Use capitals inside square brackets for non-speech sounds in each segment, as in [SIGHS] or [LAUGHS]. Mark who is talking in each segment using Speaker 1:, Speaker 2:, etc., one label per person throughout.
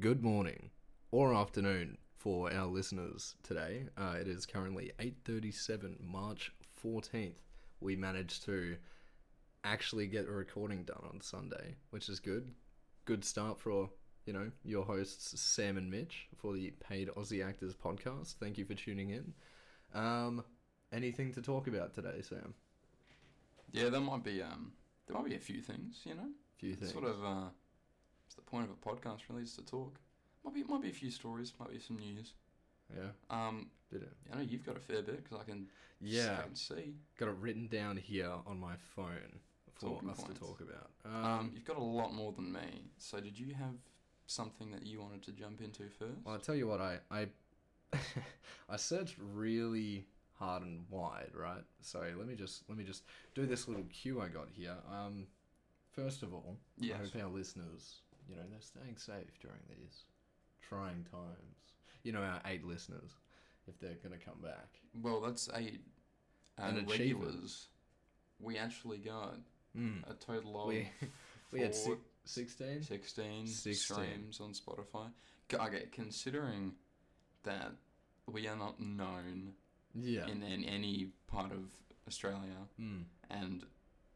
Speaker 1: good morning or afternoon for our listeners today. Uh, it is currently 8:37 March 14th. We managed to actually get a recording done on Sunday, which is good. Good start for you know your hosts Sam and Mitch for the Paid Aussie Actors podcast. Thank you for tuning in. Um, anything to talk about today, Sam?
Speaker 2: Yeah, there might be um, there might be a few things, you know.
Speaker 1: Few
Speaker 2: It's
Speaker 1: things.
Speaker 2: Sort of, uh, it's the point of a podcast really is to talk. Might be, might be a few stories, might be some news.
Speaker 1: Yeah.
Speaker 2: Um,
Speaker 1: Did it?
Speaker 2: I know you've got a fair bit because I can
Speaker 1: Yeah.
Speaker 2: I can see.
Speaker 1: Got it written down here on my phone for
Speaker 2: Talking
Speaker 1: us
Speaker 2: points.
Speaker 1: to talk about.
Speaker 2: Um,
Speaker 1: Um,
Speaker 2: you've got a lot more than me. So did you have something that you wanted to jump into first?
Speaker 1: Well, I tell you what, I I [LAUGHS] I searched really hard and wide, right? So let me just let me just do this little cue I got here. Um, first of all, I
Speaker 2: yes.
Speaker 1: hope our listeners, you know, they're staying safe during these trying times. You know, our eight listeners, if they're gonna come back.
Speaker 2: Well, that's eight.
Speaker 1: An
Speaker 2: And
Speaker 1: achievement.
Speaker 2: regulars, we actually got
Speaker 1: Mm.
Speaker 2: a total of
Speaker 1: We- [LAUGHS] We had
Speaker 2: four-
Speaker 1: si- 16?
Speaker 2: 16,
Speaker 1: 16.
Speaker 2: streams on Spotify. C- Okay, considering that we are not known
Speaker 1: Yeah.
Speaker 2: in, in any part of Australia,
Speaker 1: Mm.
Speaker 2: and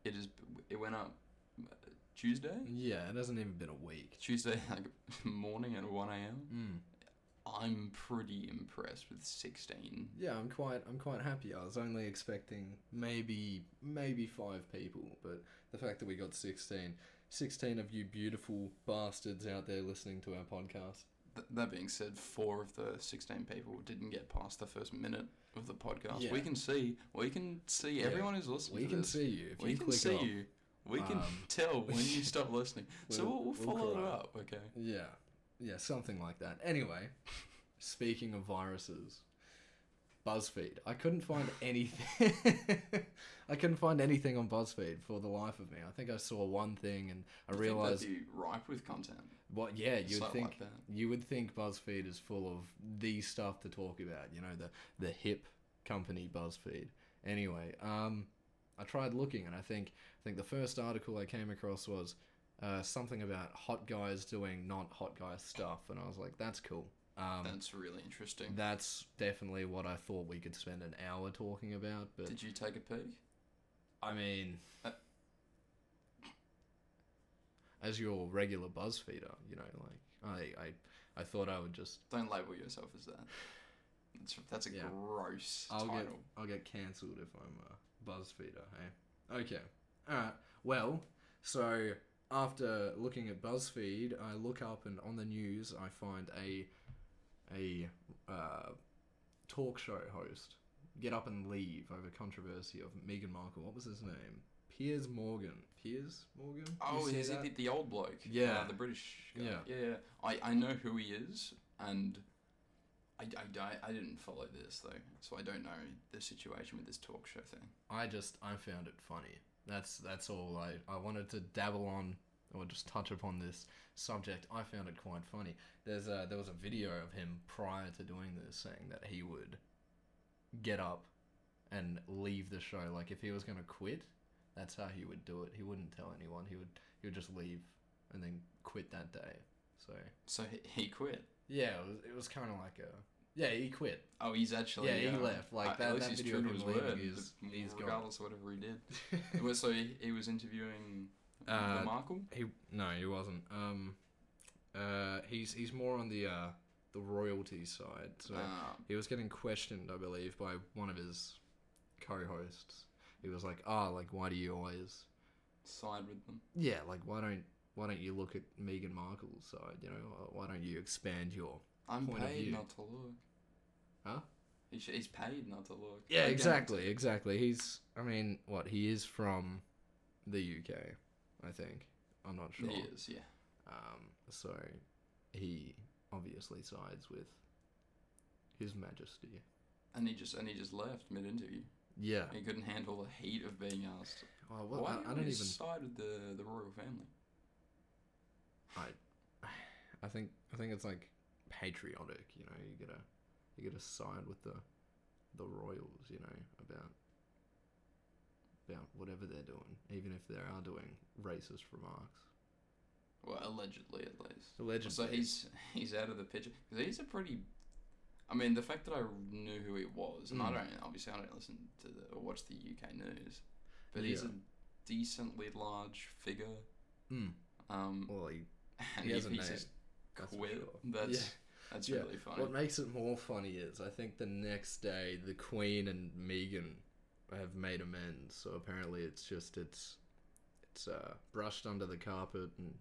Speaker 2: it is it went up uh, Tuesday.
Speaker 1: Yeah, it hasn't even been a week.
Speaker 2: Tuesday [LAUGHS] like morning at one a.m.
Speaker 1: Mm.
Speaker 2: I'm pretty impressed with sixteen.
Speaker 1: Yeah, I'm quite I'm quite happy. I was only expecting maybe maybe 5 people, but the fact that we got 16 16 of you beautiful bastards out there listening to our podcast.
Speaker 2: Th- that being said, four of the sixteen people didn't get past the first minute of the podcast.
Speaker 1: Yeah.
Speaker 2: We can see, we can see
Speaker 1: Yeah.
Speaker 2: everyone who's listening.
Speaker 1: We
Speaker 2: to
Speaker 1: can
Speaker 2: this.
Speaker 1: see you if
Speaker 2: we
Speaker 1: you
Speaker 2: can
Speaker 1: click
Speaker 2: see
Speaker 1: off.
Speaker 2: you. We can
Speaker 1: Um,
Speaker 2: [LAUGHS] tell
Speaker 1: [LAUGHS]
Speaker 2: when you stop listening. so
Speaker 1: we'll-
Speaker 2: we'll, we'll
Speaker 1: we'll
Speaker 2: follow it
Speaker 1: cry.
Speaker 2: up, okay?
Speaker 1: Yeah. Yeah, something like that. Anyway, speaking of viruses, BuzzFeed. I couldn't
Speaker 2: [LAUGHS]
Speaker 1: find anything. [LAUGHS] I couldn't find anything on BuzzFeed for the life of me. I think I saw one thing and I
Speaker 2: You'd
Speaker 1: realized
Speaker 2: think they'd be ripe with content.
Speaker 1: what yeah, you'd
Speaker 2: Something
Speaker 1: think
Speaker 2: like that.
Speaker 1: you would think BuzzFeed is full of the stuff to talk about, you know, the the hip company BuzzFeed. Anyway, um, I tried looking, and I think I think the first article I came across was uh, something about hot guys doing not hot guy stuff, and I was like, that's cool. Um,
Speaker 2: That's really interesting.
Speaker 1: that's definitely what I thought we could spend an hour talking about, but
Speaker 2: Did you take a peek?
Speaker 1: I mean,
Speaker 2: Uh,
Speaker 1: as your regular BuzzFeeder, you know, like I, I, I thought I would just
Speaker 2: Don't label yourself as that. That's, that's a
Speaker 1: Yeah.
Speaker 2: gross
Speaker 1: I'll
Speaker 2: title.
Speaker 1: get I'll get cancelled if I'm a BuzzFeeder. Hey, okay, all right. Well, so after looking at BuzzFeed, I look up and on the news I find a a uh, talk show host get up and leave over controversy of Meghan Markle. What was his name? Piers Morgan. Piers Morgan. You
Speaker 2: Oh,
Speaker 1: see
Speaker 2: is he
Speaker 1: that?
Speaker 2: the, the old bloke? Uh,
Speaker 1: Yeah.
Speaker 2: the British guy.
Speaker 1: Yeah.
Speaker 2: Yeah. yeah. I, I know who he is, and I, I, di- I didn't follow this, though, so I don't know the situation with this talk show thing.
Speaker 1: I just I found it funny. That's that's all I I wanted to dabble on or just touch upon this subject. I found it quite funny. There's a there was a video of him prior to doing this saying that he would get up and leave the show. Like if he was gonna quit, that's how he would do it. He wouldn't tell anyone. He would he would just leave and then quit that day. So
Speaker 2: So he, he quit.
Speaker 1: yeah, it was it was kind of like a yeah he quit. [LAUGHS]
Speaker 2: Oh, he's actually
Speaker 1: Yeah, he
Speaker 2: uh,
Speaker 1: left. Like,
Speaker 2: uh,
Speaker 1: that-
Speaker 2: at least
Speaker 1: that
Speaker 2: he's
Speaker 1: video
Speaker 2: true
Speaker 1: of him
Speaker 2: to his
Speaker 1: leaving
Speaker 2: word.
Speaker 1: is-
Speaker 2: but
Speaker 1: he's gone.
Speaker 2: regardless of whatever he did. Well, so he, he was interviewing
Speaker 1: Uh,
Speaker 2: Markle.
Speaker 1: He no, he wasn't. Um, uh, he's he's more on the uh the royalty side. So
Speaker 2: Uh,
Speaker 1: he was getting questioned, I believe, by one of his co-hosts. He was like, "Ah, like why do you always?
Speaker 2: side with them.
Speaker 1: Yeah, like why don't why don't you look at Meghan Markle's side? You know, why don't you expand your?
Speaker 2: I'm
Speaker 1: Point of view.
Speaker 2: paid not to look.
Speaker 1: Huh?
Speaker 2: He sh- he's paid not to look.
Speaker 1: Yeah,
Speaker 2: Again,
Speaker 1: exactly, exactly. He's I mean, what he is from the UK, I think. I'm not sure.
Speaker 2: He is, yeah.
Speaker 1: Um, so he obviously sides with His Majesty.
Speaker 2: And he just and he just left mid interview.
Speaker 1: Yeah.
Speaker 2: He couldn't handle the heat of being asked.
Speaker 1: Oh, well,
Speaker 2: Why
Speaker 1: I,
Speaker 2: do you
Speaker 1: I don't
Speaker 2: always
Speaker 1: even.
Speaker 2: side with the the royal family?
Speaker 1: I think I think it's like patriotic. You know, you gotta you gotta side with the the royals. You know about about whatever they're doing, even if they are doing racist remarks.
Speaker 2: Well, allegedly, at least.
Speaker 1: Allegedly.
Speaker 2: So he's he's out of the picture 'Cause he's a pretty. I mean, the fact that I knew who he was, and I
Speaker 1: Mm.
Speaker 2: don't obviously I don't listen to the, or watch the UK news, but he's
Speaker 1: Yeah.
Speaker 2: a decently large figure.
Speaker 1: Mm.
Speaker 2: Um,
Speaker 1: Well, he,
Speaker 2: [LAUGHS] and
Speaker 1: he
Speaker 2: if
Speaker 1: has a name.
Speaker 2: he's just
Speaker 1: That's for
Speaker 2: quit,
Speaker 1: sure.
Speaker 2: that's
Speaker 1: Yeah.
Speaker 2: that's
Speaker 1: Yeah.
Speaker 2: really funny.
Speaker 1: What makes it more funny is I think the next day the Queen and Megan have made amends. So apparently it's just it's it's uh, brushed under the carpet and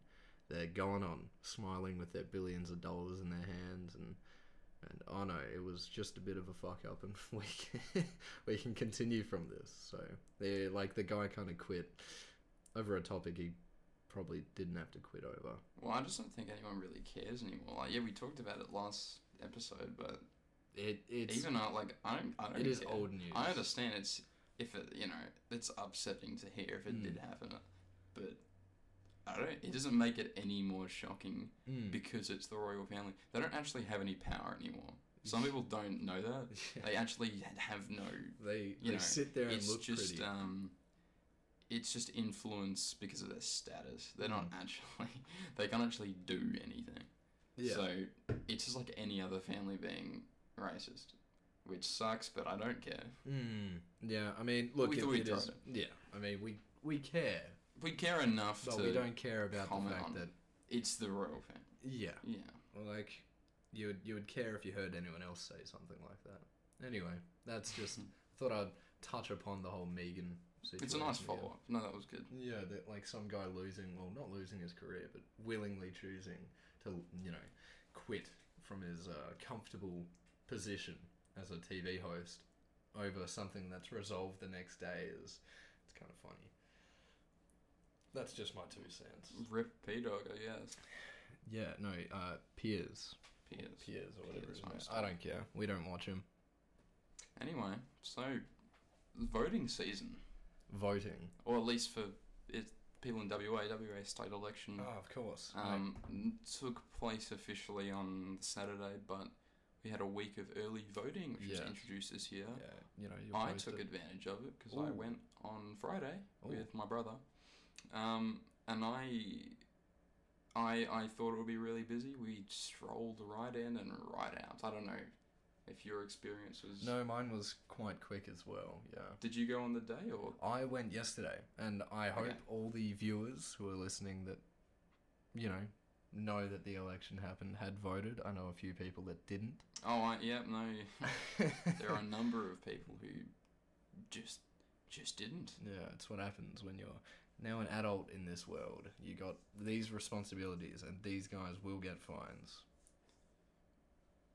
Speaker 1: they're going on smiling with their billions of dollars in their hands and and oh no, it was just a bit of a fuck up and [LAUGHS] we can, we can continue from this. So they like the guy kind of quit over a topic he probably didn't have to quit over.
Speaker 2: Well, I just don't think anyone really cares anymore. Like, yeah, we talked about it last episode, but
Speaker 1: It it's
Speaker 2: even uh, like I don't, I don't.
Speaker 1: it is
Speaker 2: care.
Speaker 1: old news.
Speaker 2: I understand it's if it, you know it's upsetting to hear if it
Speaker 1: Mm.
Speaker 2: did happen, but I don't. It doesn't make it any more shocking
Speaker 1: Mm.
Speaker 2: because it's the royal family. They don't actually have any power anymore. Some people don't know that. They actually have no.
Speaker 1: they
Speaker 2: you
Speaker 1: they
Speaker 2: know,
Speaker 1: sit there and
Speaker 2: It's
Speaker 1: look
Speaker 2: just
Speaker 1: pretty.
Speaker 2: um, it's just influence because of their status. They're
Speaker 1: Hmm.
Speaker 2: not actually. [LAUGHS] They can't actually do anything.
Speaker 1: yeah,
Speaker 2: So it's just like any other family being racist, which sucks. But I don't care.
Speaker 1: mm. yeah. I mean, look,
Speaker 2: We
Speaker 1: it,
Speaker 2: thought we
Speaker 1: it is-
Speaker 2: tried
Speaker 1: Yeah, I mean, we we care,
Speaker 2: We care enough
Speaker 1: but
Speaker 2: to.
Speaker 1: we don't care about the
Speaker 2: comment
Speaker 1: fact
Speaker 2: on-
Speaker 1: that
Speaker 2: It's the royal family.
Speaker 1: yeah,
Speaker 2: Yeah.
Speaker 1: like you would you would care if you heard anyone else say something like that. Anyway, that's just thought I'd touch upon the whole Megan situation.
Speaker 2: Hmm. It's a nice
Speaker 1: again.
Speaker 2: follow up. No, that was good.
Speaker 1: Yeah, that like some guy losing, well, not losing his career, but willingly choosing to, you know, quit from his uh, comfortable position as a TV host over something that's resolved the next day is it's kind of funny. That's just my two cents.
Speaker 2: Rip P Dog, I guess.
Speaker 1: Yeah, no, uh, Piers,
Speaker 2: Piers.
Speaker 1: Piers or whatever.
Speaker 2: Piers,
Speaker 1: his
Speaker 2: I'm
Speaker 1: name-
Speaker 2: sorry.
Speaker 1: I don't care. We don't watch him.
Speaker 2: Anyway, so voting season,
Speaker 1: Voting.
Speaker 2: or at least for it, people in WA, WA state election,
Speaker 1: Ah, of course.
Speaker 2: Mm. um, n- took place officially on Saturday, but we had a week of early voting, which
Speaker 1: Yeah.
Speaker 2: was introduced this year.
Speaker 1: yeah, you know, you
Speaker 2: I took advantage of it because I
Speaker 1: Ooh.
Speaker 2: went on Friday
Speaker 1: Ooh.
Speaker 2: with my brother, um, and I, I, I thought it would be really busy. We strolled right in and right out. I don't know if your experience was.
Speaker 1: No, mine was quite quick as well. Yeah.
Speaker 2: Did you go on the day or?
Speaker 1: I went yesterday, and I hope
Speaker 2: Okay.
Speaker 1: all the viewers who are listening that, you know, know that the election happened had voted. I know a few people that didn't.
Speaker 2: Oh, I, yeah,
Speaker 1: [LAUGHS]
Speaker 2: no. there are a number of people who just, just didn't.
Speaker 1: Yeah, it's what happens when you're now an adult in this world. You got these responsibilities, and these guys will get fines.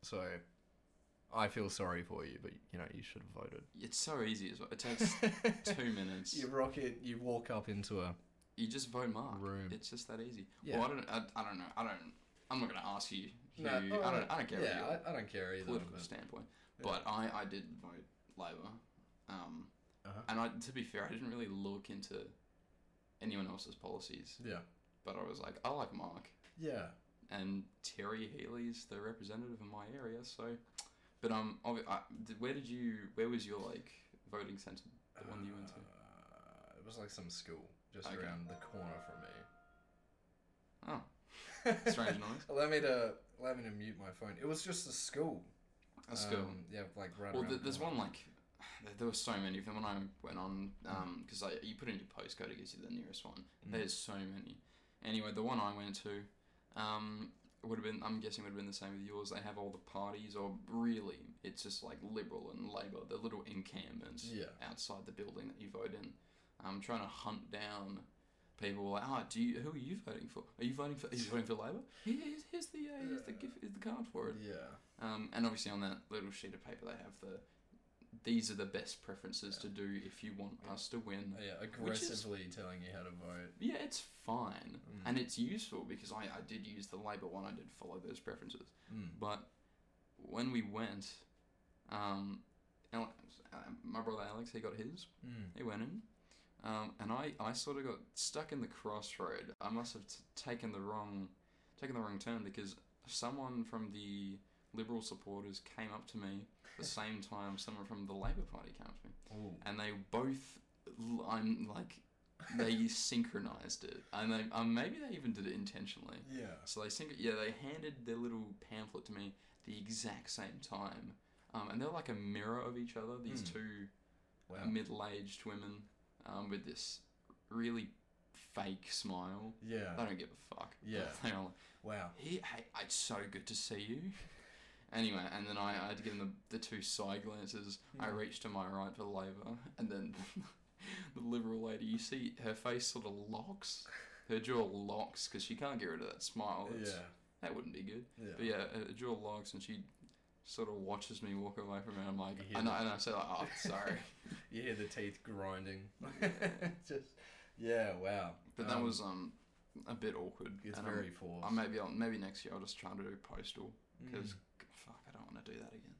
Speaker 1: So, I feel sorry for you, but you know you should have voted.
Speaker 2: It's so easy as well.
Speaker 1: [LAUGHS]
Speaker 2: It takes two minutes.
Speaker 1: you rocket. You walk up into a
Speaker 2: You just vote Mark.
Speaker 1: room.
Speaker 2: It's just that easy.
Speaker 1: Yeah.
Speaker 2: Well, I don't. I, I don't know. I don't. I'm not gonna ask you. Who,
Speaker 1: No, oh,
Speaker 2: I don't. I don't care.
Speaker 1: yeah,
Speaker 2: about your
Speaker 1: I, I don't care either.
Speaker 2: political
Speaker 1: but-
Speaker 2: standpoint,
Speaker 1: yeah.
Speaker 2: but I, I did vote Labour, um,
Speaker 1: Uh-huh.
Speaker 2: and I to be fair, I didn't really look into anyone else's policies,
Speaker 1: Yeah.
Speaker 2: but I was like, I like Mark
Speaker 1: Yeah.
Speaker 2: and Terry Healy's the representative in my area, so. But um, obvi- I, d- where did you? Where was your like voting centre? The one you went to?
Speaker 1: Uh, It was like some school just
Speaker 2: Okay.
Speaker 1: around the corner from me.
Speaker 2: Oh,
Speaker 1: [LAUGHS]
Speaker 2: strange noise.
Speaker 1: allow me to allow me to mute my phone. It was just a school.
Speaker 2: A school.
Speaker 1: Um, yeah, like right
Speaker 2: well,
Speaker 1: around.
Speaker 2: th-
Speaker 1: the
Speaker 2: there's
Speaker 1: corner.
Speaker 2: one like. [SIGHS] there- There were so many of them when I went on, because I you put in your postcode, it gives you the nearest one.
Speaker 1: Mm.
Speaker 2: There's so many. Anyway, the one I went to, um, would have been. I'm guessing would have been the same with yours. They have all the parties, or really, it's just like Liberal and Labor, the little encampments
Speaker 1: Yeah.
Speaker 2: outside the building that you vote in. I'm trying to hunt down people like, oh, do you? Who are you voting for? Are you voting for? Are you voting for Labor? Here- Here's, here's the uh, here's the gift, here's the card for it.
Speaker 1: Yeah.
Speaker 2: Um, and obviously on that little sheet of paper they have the. These are the best preferences to do if you want us to win.
Speaker 1: Yeah.
Speaker 2: Mm. Which is-
Speaker 1: Aggressively telling you how to vote.
Speaker 2: Yeah, it's fine.
Speaker 1: Mm.
Speaker 2: And it's useful because I, I did use the Labour one, I did follow those preferences.
Speaker 1: Mm.
Speaker 2: But when we went, um, Alex, uh, my brother Alex, he got his,
Speaker 1: Mm.
Speaker 2: he went in. Um, and I, I sort of got stuck in the crossroad. I must have t- taken the wrong taken the wrong turn because someone from the Liberal supporters came up to me the same time someone from the Labour Party came up to me
Speaker 1: Ooh.
Speaker 2: and they both l- I'm like they synchronized it, and they um, maybe they even did it intentionally.
Speaker 3: Yeah.
Speaker 2: So they synch- yeah they handed their little pamphlet to me the exact same time, um, and they're like a mirror of each other. These
Speaker 3: Hmm.
Speaker 2: two
Speaker 3: Wow.
Speaker 2: middle-aged women um, with this really fake smile. They
Speaker 3: Yeah.
Speaker 2: don't give a fuck.
Speaker 3: Yeah.
Speaker 2: [LAUGHS] They are like,
Speaker 3: Wow.
Speaker 2: he, hey, it's so good to see you. [LAUGHS] Anyway, and then I, I had to give them the, the two side glances. I
Speaker 3: Hmm.
Speaker 2: reached to my right for Labour, [LAUGHS] and then the Liberal lady, you see her face sort of locks. Her jaw locks because she can't get rid of that smile.
Speaker 3: Yeah.
Speaker 2: Oh, It's- That wouldn't be good.
Speaker 3: Yeah.
Speaker 2: But yeah, her her jaw locks, and she sort of watches me walk away from her. And I'm like,
Speaker 1: Yeah.
Speaker 2: and I, and I say, like, oh, sorry.
Speaker 1: You hear the teeth grinding. [LAUGHS]
Speaker 3: Just. Yeah. Wow.
Speaker 2: But that
Speaker 3: Um,
Speaker 2: was um a bit awkward.
Speaker 1: It's
Speaker 2: and I'm-
Speaker 1: very forced.
Speaker 2: I maybe I'll, maybe next year I'll just try to do postal
Speaker 3: Mm.
Speaker 2: because fuck I don't want to do that again.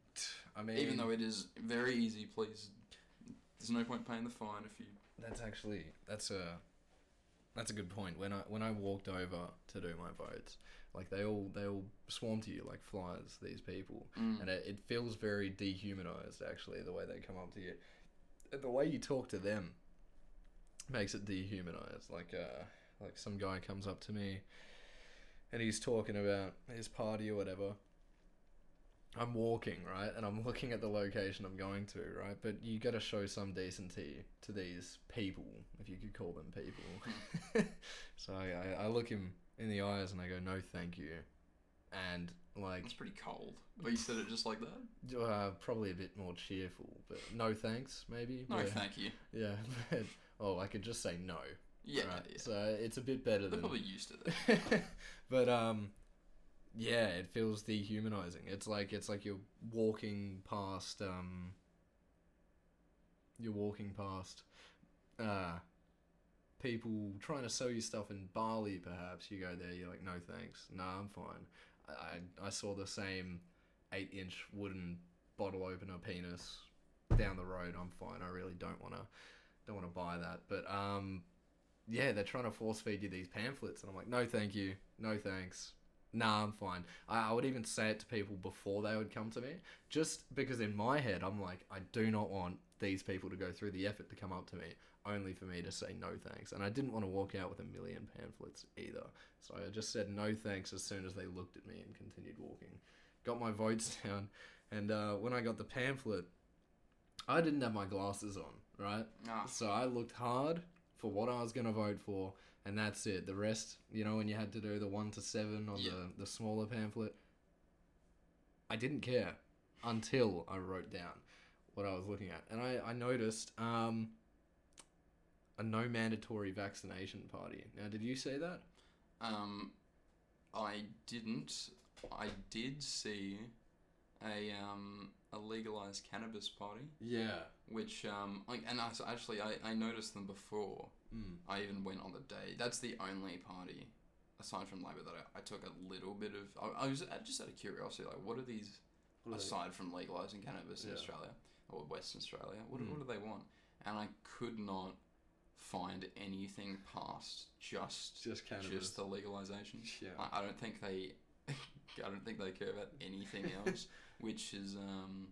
Speaker 1: I mean,
Speaker 2: Even though it is very easy, please. There's no point paying the fine if you.
Speaker 1: That's actually that's a that's a good point. When I when I walked over to do my votes, like they all they all swarm to you like flies. These people,
Speaker 2: Mm.
Speaker 1: and uh, it, it feels very dehumanized. Actually, the way they come up to you, and the way you talk to them, makes it dehumanized. Like uh, like some guy comes up to me, and he's talking about his party or whatever. I'm walking right, and I'm [LAUGHS] looking at the location I'm going to right, but you got to show some decency to these people, if you could call them people. so I, I, I look him in the eyes and I go, no, thank you, and like
Speaker 2: It's pretty cold. But you said it just like that.
Speaker 1: uh, probably a bit more cheerful, but no thanks, maybe.
Speaker 2: No,
Speaker 1: yeah.
Speaker 2: thank you.
Speaker 1: Yeah. [LAUGHS] but- oh, I could just say no.
Speaker 2: Yeah,
Speaker 1: right?
Speaker 2: yeah.
Speaker 1: So it's a bit better
Speaker 2: they're [LAUGHS]
Speaker 1: than.
Speaker 2: probably used to
Speaker 1: [LAUGHS]
Speaker 2: that.
Speaker 1: but um, yeah, it feels dehumanizing. It's like it's like you're walking past um. You're walking past, uh, people trying to sell you stuff in Bali. Perhaps you go there. You're like, no thanks. Nah, I'm fine. I I, I saw the same eight inch wooden bottle opener penis down the road. I'm fine. I really don't wanna don't wanna buy that. But um, yeah, they're trying to force feed you these pamphlets, and I'm like, no, thank you, no thanks. Nah, I'm fine. I, I would even say it to people before they would come to me, just because in my head I'm like, I do not want these people to go through the effort to come up to me, only for me to say no thanks. And I didn't want to walk out with a million pamphlets either, so I just said no thanks as soon as they looked at me and continued walking. Got my votes [LAUGHS] down, and uh, when I got the pamphlet, I didn't have my glasses on, right?
Speaker 2: Nah.
Speaker 1: So I looked hard for what I was going to vote for, and that's it. The rest, you know, when you had to do the one to seven on
Speaker 2: Yeah.
Speaker 1: the, the smaller pamphlet, I didn't care until I wrote down what I was looking at. And I, I noticed um, a no mandatory vaccination party. Now, did you say that?
Speaker 2: Um, I didn't. I did see a um a legalized cannabis party,
Speaker 1: Yeah.
Speaker 2: which um like and I s- actually I, I noticed them before.
Speaker 1: Mm.
Speaker 2: I even went on the day. That's the only party, aside from Labour, that I, I took a little bit of. I, I was I just out of curiosity, like, what are these, aside from legalising cannabis in
Speaker 1: Yeah.
Speaker 2: Australia or Western Australia, what, do-
Speaker 1: Mm.
Speaker 2: what do they want? And I could not find anything past just
Speaker 1: Just cannabis.
Speaker 2: just the legalisation.
Speaker 1: yeah.
Speaker 2: I, I don't think they, [LAUGHS] I don't think they care about
Speaker 1: [LAUGHS]
Speaker 2: anything else, which is um,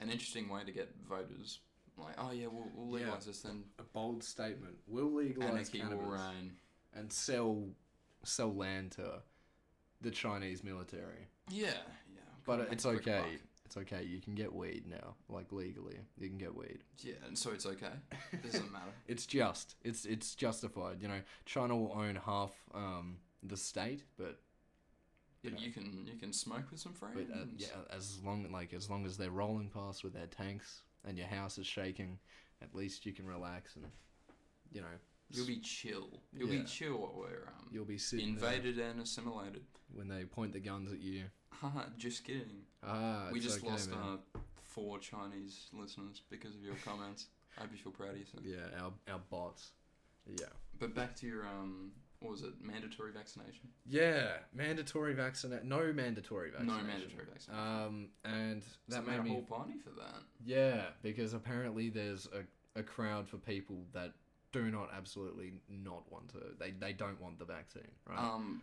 Speaker 2: an interesting way to get voters. Like, oh yeah, we'll, we'll
Speaker 1: Yeah.
Speaker 2: legalise this then.
Speaker 1: A bold statement. We'll legalize
Speaker 2: Anarchy
Speaker 1: cannabis.
Speaker 2: will reign.
Speaker 1: and sell sell land to the Chinese military.
Speaker 2: Yeah, yeah.
Speaker 1: But
Speaker 2: gotta make
Speaker 1: it's
Speaker 2: a quick
Speaker 1: okay.
Speaker 2: buck.
Speaker 1: It's okay. You can get weed now, like legally. You can get weed. [LAUGHS]
Speaker 2: Yeah, and so it's okay. It doesn't matter.
Speaker 1: It's just. It's it's justified. You know, China will own half um the state, but
Speaker 2: But
Speaker 1: Yeah.
Speaker 2: you can you can smoke with some friends.
Speaker 1: but uh, yeah, as long like as long as they're rolling past with their tanks and your house is shaking, at least you can relax and you know
Speaker 2: You'll be chill. You'll
Speaker 1: Yeah.
Speaker 2: be chill while we're um,
Speaker 1: you'll be sitting invaded
Speaker 2: invaded and assimilated. [LAUGHS]
Speaker 1: when they point the guns at you.
Speaker 2: Haha, just kidding.
Speaker 1: Ah,
Speaker 2: we
Speaker 1: it's
Speaker 2: just
Speaker 1: okay,
Speaker 2: lost
Speaker 1: man.
Speaker 2: uh, four Chinese listeners because of your comments. I hope you feel proud of yourself.
Speaker 1: yeah our our bots. Yeah.
Speaker 2: But back to your um, what was it? Mandatory vaccination?
Speaker 1: Yeah, mandatory vaccination. No mandatory vaccination.
Speaker 2: No mandatory vaccination.
Speaker 1: Um, and
Speaker 2: So
Speaker 1: that
Speaker 2: they
Speaker 1: made
Speaker 2: had a
Speaker 1: me.
Speaker 2: whole party for that.
Speaker 1: Yeah, because apparently there's a, a crowd for people that do not absolutely not want to. They they don't want the vaccine, right?
Speaker 2: Um,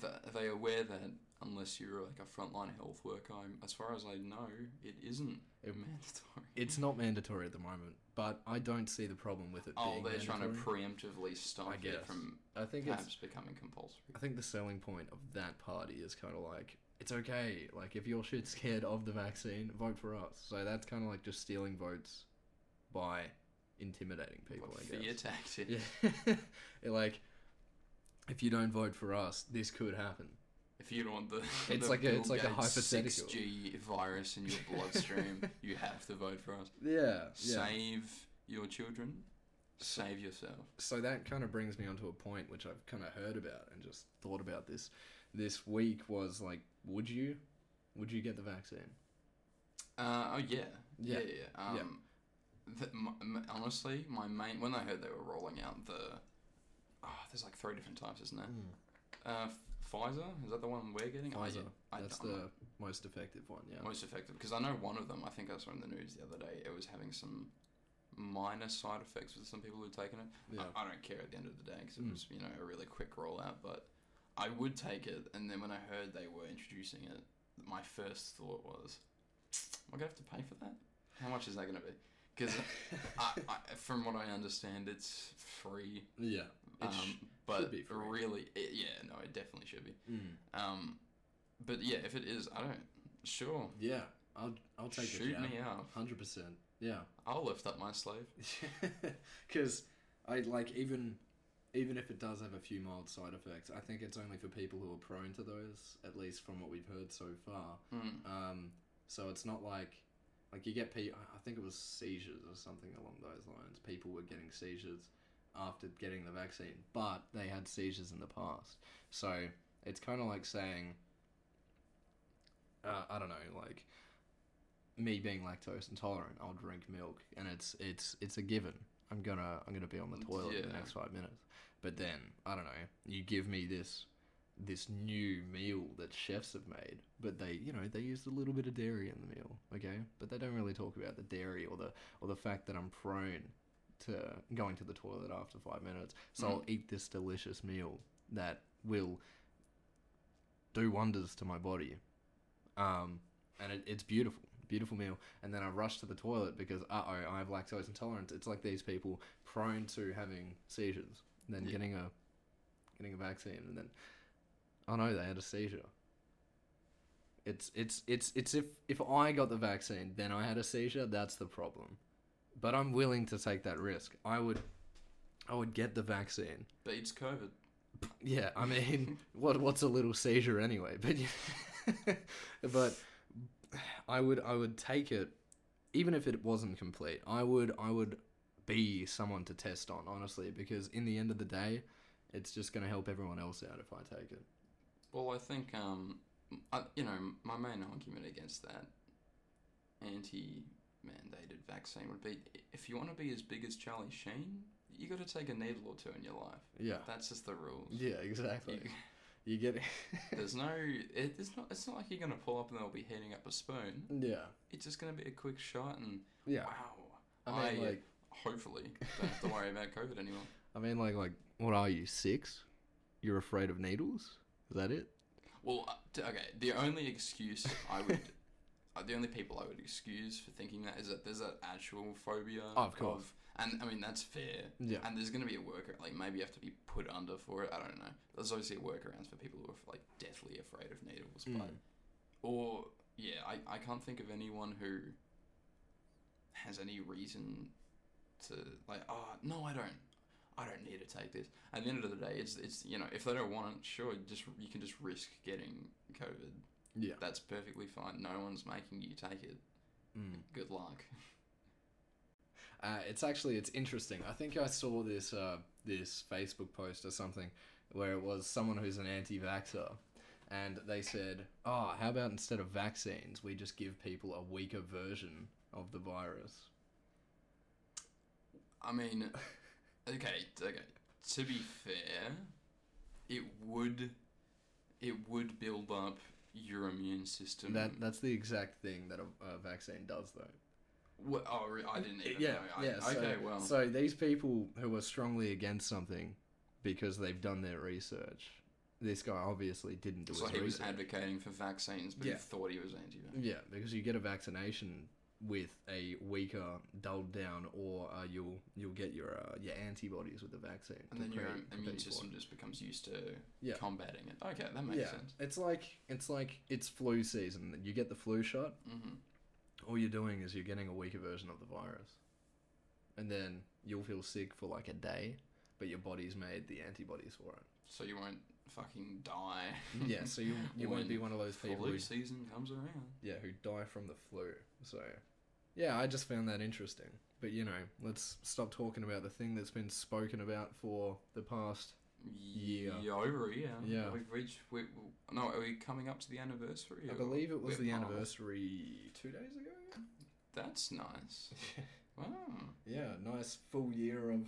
Speaker 2: th- they are aware that unless you're like a frontline health worker, I'm, as far as I know, it isn't [LAUGHS]
Speaker 1: It-
Speaker 2: mandatory.
Speaker 1: It's not mandatory at the moment, but I don't see the problem with it
Speaker 2: oh,
Speaker 1: being
Speaker 2: they're trying to
Speaker 1: mandatory.
Speaker 2: preemptively stop
Speaker 1: I
Speaker 2: it
Speaker 1: guess.
Speaker 2: from
Speaker 1: I think it's
Speaker 2: perhaps becoming compulsory.
Speaker 1: I think the selling point of that party is kind of like it's okay. Like if you're shit scared of the vaccine, vote for us. So that's kind of like just stealing votes by intimidating people.
Speaker 2: Like
Speaker 1: I
Speaker 2: fear
Speaker 1: guess.
Speaker 2: tactics.
Speaker 1: Yeah. [LAUGHS] It, like if you don't vote for us, this could happen.
Speaker 2: If you don't want the,
Speaker 1: It's
Speaker 2: [LAUGHS] the
Speaker 1: like a- it's
Speaker 2: Bill
Speaker 1: like a
Speaker 2: Gates
Speaker 1: hypothetical.
Speaker 2: 6G virus in your
Speaker 1: [LAUGHS]
Speaker 2: bloodstream, you have to vote for us.
Speaker 1: Yeah.
Speaker 2: Save your children. Save yourself.
Speaker 1: so that kind of brings me onto a point which I've kind of heard about and just thought about this this week was like, would you, would you get the vaccine?
Speaker 2: Uh, oh yeah,
Speaker 1: Yeah.
Speaker 2: yeah, yeah. yeah.
Speaker 1: Yeah.
Speaker 2: Um, The, my, my- honestly, my main when I heard they were rolling out the, oh, there's like three different types, isn't there? Uh, F- Pfizer is that the one we're getting? I-
Speaker 1: Pfizer.
Speaker 2: I,
Speaker 1: That's
Speaker 2: don't know.
Speaker 1: the most effective one. Yeah.
Speaker 2: most effective because I know one of them. I think I saw in the news the other day. It was having some minor side effects with some people who'd taken it.
Speaker 1: Yeah.
Speaker 2: I, I don't care at the end of the day because it
Speaker 1: Mm.
Speaker 2: was you know a really quick rollout, but I would take it. And then when I heard they were introducing it, my first thought was, "Am I gonna have to pay for that? How much is that gonna be?" Because
Speaker 1: [LAUGHS]
Speaker 2: I, I, from what I understand, it's free.
Speaker 1: yeah.
Speaker 2: Um,
Speaker 1: It sh-
Speaker 2: but
Speaker 1: be free.
Speaker 2: really, it, yeah, no, it definitely should be.
Speaker 1: Mm.
Speaker 2: Um, but yeah, if it is, I don't. Sure,
Speaker 1: Yeah. I'll I'll take the
Speaker 2: shoot
Speaker 1: jab.
Speaker 2: me up.
Speaker 1: Hundred percent.
Speaker 2: [LAUGHS]
Speaker 1: Yeah.
Speaker 2: I'll lift up my sleeve.
Speaker 1: Because I like even even if it does have a few mild side effects, I think it's only for people who are prone to those. At least from what we've heard so far.
Speaker 2: Mm.
Speaker 1: Um, so it's not like like you get people. I think it was seizures or something along those lines. People were getting seizures after getting the vaccine, but they had seizures in the past. So it's kind of like saying, uh, I don't know, like me being lactose intolerant, I'll drink milk, and it's it's it's a given. I'm gonna I'm gonna be on the toilet in
Speaker 2: Yeah.
Speaker 1: the next five minutes. But then I don't know. You give me this this new meal that chefs have made, but they, you know, they used a little bit of dairy in the meal, okay? But they don't really talk about the dairy or the or the fact that I'm prone to going to the toilet after 5 minutes. So I'll eat this delicious meal that will do wonders to my body. Um and it, it's beautiful. Beautiful meal, and then I rush to the toilet because uh oh, I have lactose intolerance. It's like these people prone to having seizures, then
Speaker 2: Yeah.
Speaker 1: getting a getting a vaccine, and then Oh no, they had a seizure. It's it's it's it's if if I got the vaccine, then I had a seizure. That's the problem. But I'm willing to take that risk. I would, I would get the vaccine.
Speaker 2: Beats COVID.
Speaker 1: Yeah, I
Speaker 2: [LAUGHS]
Speaker 1: mean, what what's a little seizure anyway? But [LAUGHS] yeah, but I would I would take it, even if it wasn't complete. I would I would be someone to test on honestly, because in the end of the day, it's just gonna help everyone else out if I take it.
Speaker 2: Well, I think um, I, you know, my main argument against that anti-mandated vaccine would be if you want to be as big as Charlie Sheen, you got to take a needle or two in your life.
Speaker 1: Yeah.
Speaker 2: That's just the rules.
Speaker 1: Ah. Yeah, exactly.
Speaker 2: You-
Speaker 1: You get
Speaker 2: [LAUGHS] there's no, it, it's not, it's not like you're gonna pull up and they'll be heating up a spoon.
Speaker 1: yeah,
Speaker 2: It's just gonna be a quick shot and
Speaker 1: yeah.
Speaker 2: wow.
Speaker 1: I mean,
Speaker 2: I-
Speaker 1: like,
Speaker 2: Hopefully, don't have to worry about COVID anymore.
Speaker 1: [LAUGHS] I mean, like, like, what are you six? You're afraid of needles? Is that it?
Speaker 2: Well, uh, t- okay. The only excuse I would, uh, the only people I would excuse for thinking that is that there's that actual phobia.
Speaker 1: Oh, of course.
Speaker 2: and I mean that's fair.
Speaker 1: [LAUGHS] Yeah.
Speaker 2: And there's gonna be a worker like maybe you have to be put under for it. I don't know. There's obviously workarounds for people who are like deathly afraid of needles, but
Speaker 1: Mm.
Speaker 2: or yeah, I, I can't think of anyone who has any reason to like. Oh no, I don't. I don't need to take this. At the end of the day, it's it's you know if they don't want it, sure, just you can just risk getting COVID.
Speaker 1: Yeah.
Speaker 2: That's perfectly fine. No one's making you take it.
Speaker 1: Mm.
Speaker 2: Good luck.
Speaker 1: Uh, it's actually it's interesting. I think I saw this uh, this Facebook post or something where it was someone who's an anti-vaxxer, and they said, "Oh, how about instead of vaccines, we just give people a weaker version of the virus?" [LAUGHS]
Speaker 2: I mean, okay, okay. To be fair, it would it would build up your immune system.
Speaker 1: That that's the exact thing that a, a vaccine does, though.
Speaker 2: Wha- oh, re- I didn't even
Speaker 1: yeah,
Speaker 2: know. I,
Speaker 1: yeah. So,
Speaker 2: okay, well,
Speaker 1: so these people who are strongly against something because they've done their research this guy obviously didn't do
Speaker 2: So
Speaker 1: his
Speaker 2: he was
Speaker 1: research.
Speaker 2: advocating for vaccines, but
Speaker 1: Yeah. Mm,
Speaker 2: he thought he was anti-vax.
Speaker 1: yeah, because you get a vaccination with a weaker, dulled down, or uh, you'll you'll get your uh, your antibodies with the vaccine.
Speaker 2: And then
Speaker 1: to
Speaker 2: your
Speaker 1: pre-
Speaker 2: im-
Speaker 1: prepare
Speaker 2: immune
Speaker 1: you for it.
Speaker 2: system just becomes used to
Speaker 1: Yeah.
Speaker 2: combating it. Okay, that makes
Speaker 1: yeah,
Speaker 2: sense.
Speaker 1: it's like it's like it's flu season. You get the flu shot.
Speaker 2: hmm
Speaker 1: All you're doing is you're getting a weaker version of the virus, and then you'll feel sick for like a day, but your body's made the antibodies for it.
Speaker 2: So you won't fucking die. [LAUGHS]
Speaker 1: yeah, so you you won't
Speaker 2: When
Speaker 1: be one of those people who
Speaker 2: Flu season comes around.
Speaker 1: yeah, who die from the flu. So, yeah, I just found that interesting. But you know, let's stop talking about the thing that's been spoken about for the past.
Speaker 2: Yeah.
Speaker 1: Yeah.
Speaker 2: over a year.
Speaker 1: Yeah.
Speaker 2: We've reached. We, we- no, are we coming up to the anniversary?
Speaker 1: I
Speaker 2: or-
Speaker 1: believe it was
Speaker 2: we're
Speaker 1: the
Speaker 2: past?
Speaker 1: anniversary two days ago.
Speaker 2: [LAUGHS] That's nice. Wow.
Speaker 1: yeah, nice full year of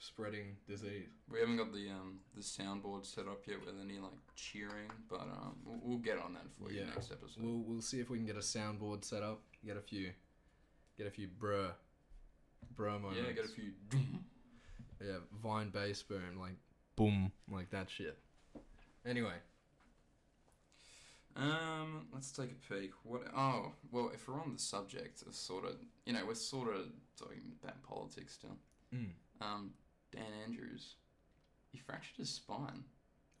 Speaker 1: spreading disease.
Speaker 2: We haven't got the um the soundboard set up yet with any like cheering, but um we'll, we'll get on that for you
Speaker 1: Yeah.
Speaker 2: next episode.
Speaker 1: We'll we'll see if we can get a soundboard set up. Get a few, get a few bruh, bruh moments.
Speaker 2: yeah, get a few.
Speaker 1: Yeah, vine bass boom, like boom, like that shit. Anyway,
Speaker 2: Um, let's take a peek. What? Oh, well, if we're on the subject of sort of, you know, we're sort of talking about politics still.
Speaker 1: mm,
Speaker 2: Um, Dan Andrews, he fractured his spine.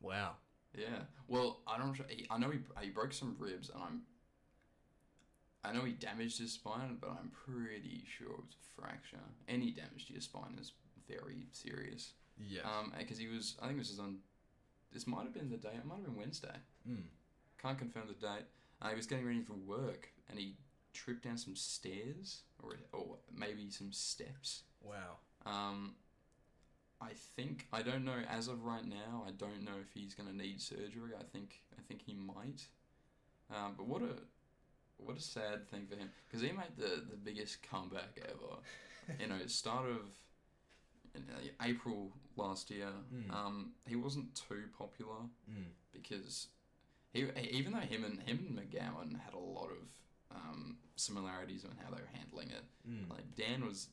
Speaker 1: wow.
Speaker 2: Yeah. Well, I don't. He, I know he he broke some ribs, and I'm. I know he damaged his spine, but I'm pretty sure it was a fracture. Any damage to your spine is very serious.
Speaker 1: Yeah.
Speaker 2: Um, because he was, I think this is on. This might have been the day. It might have been Wednesday.
Speaker 1: mm.
Speaker 2: Can't confirm the date. Uh, he was getting ready for work, and he tripped down some stairs, or or maybe some steps.
Speaker 1: Wow.
Speaker 2: Um, I think I don't know as of right now. I don't know if he's gonna need surgery. I think I think he might. Um, but what a what a sad thing for him because he made the the biggest comeback ever. you know, start of in, uh, April last year.
Speaker 1: Mm.
Speaker 2: Um, he wasn't too popular
Speaker 1: Mm.
Speaker 2: because he e, even though him and him and McGowan had a lot of um, similarities on how they were handling it.
Speaker 1: Mm.
Speaker 2: Like Dan was,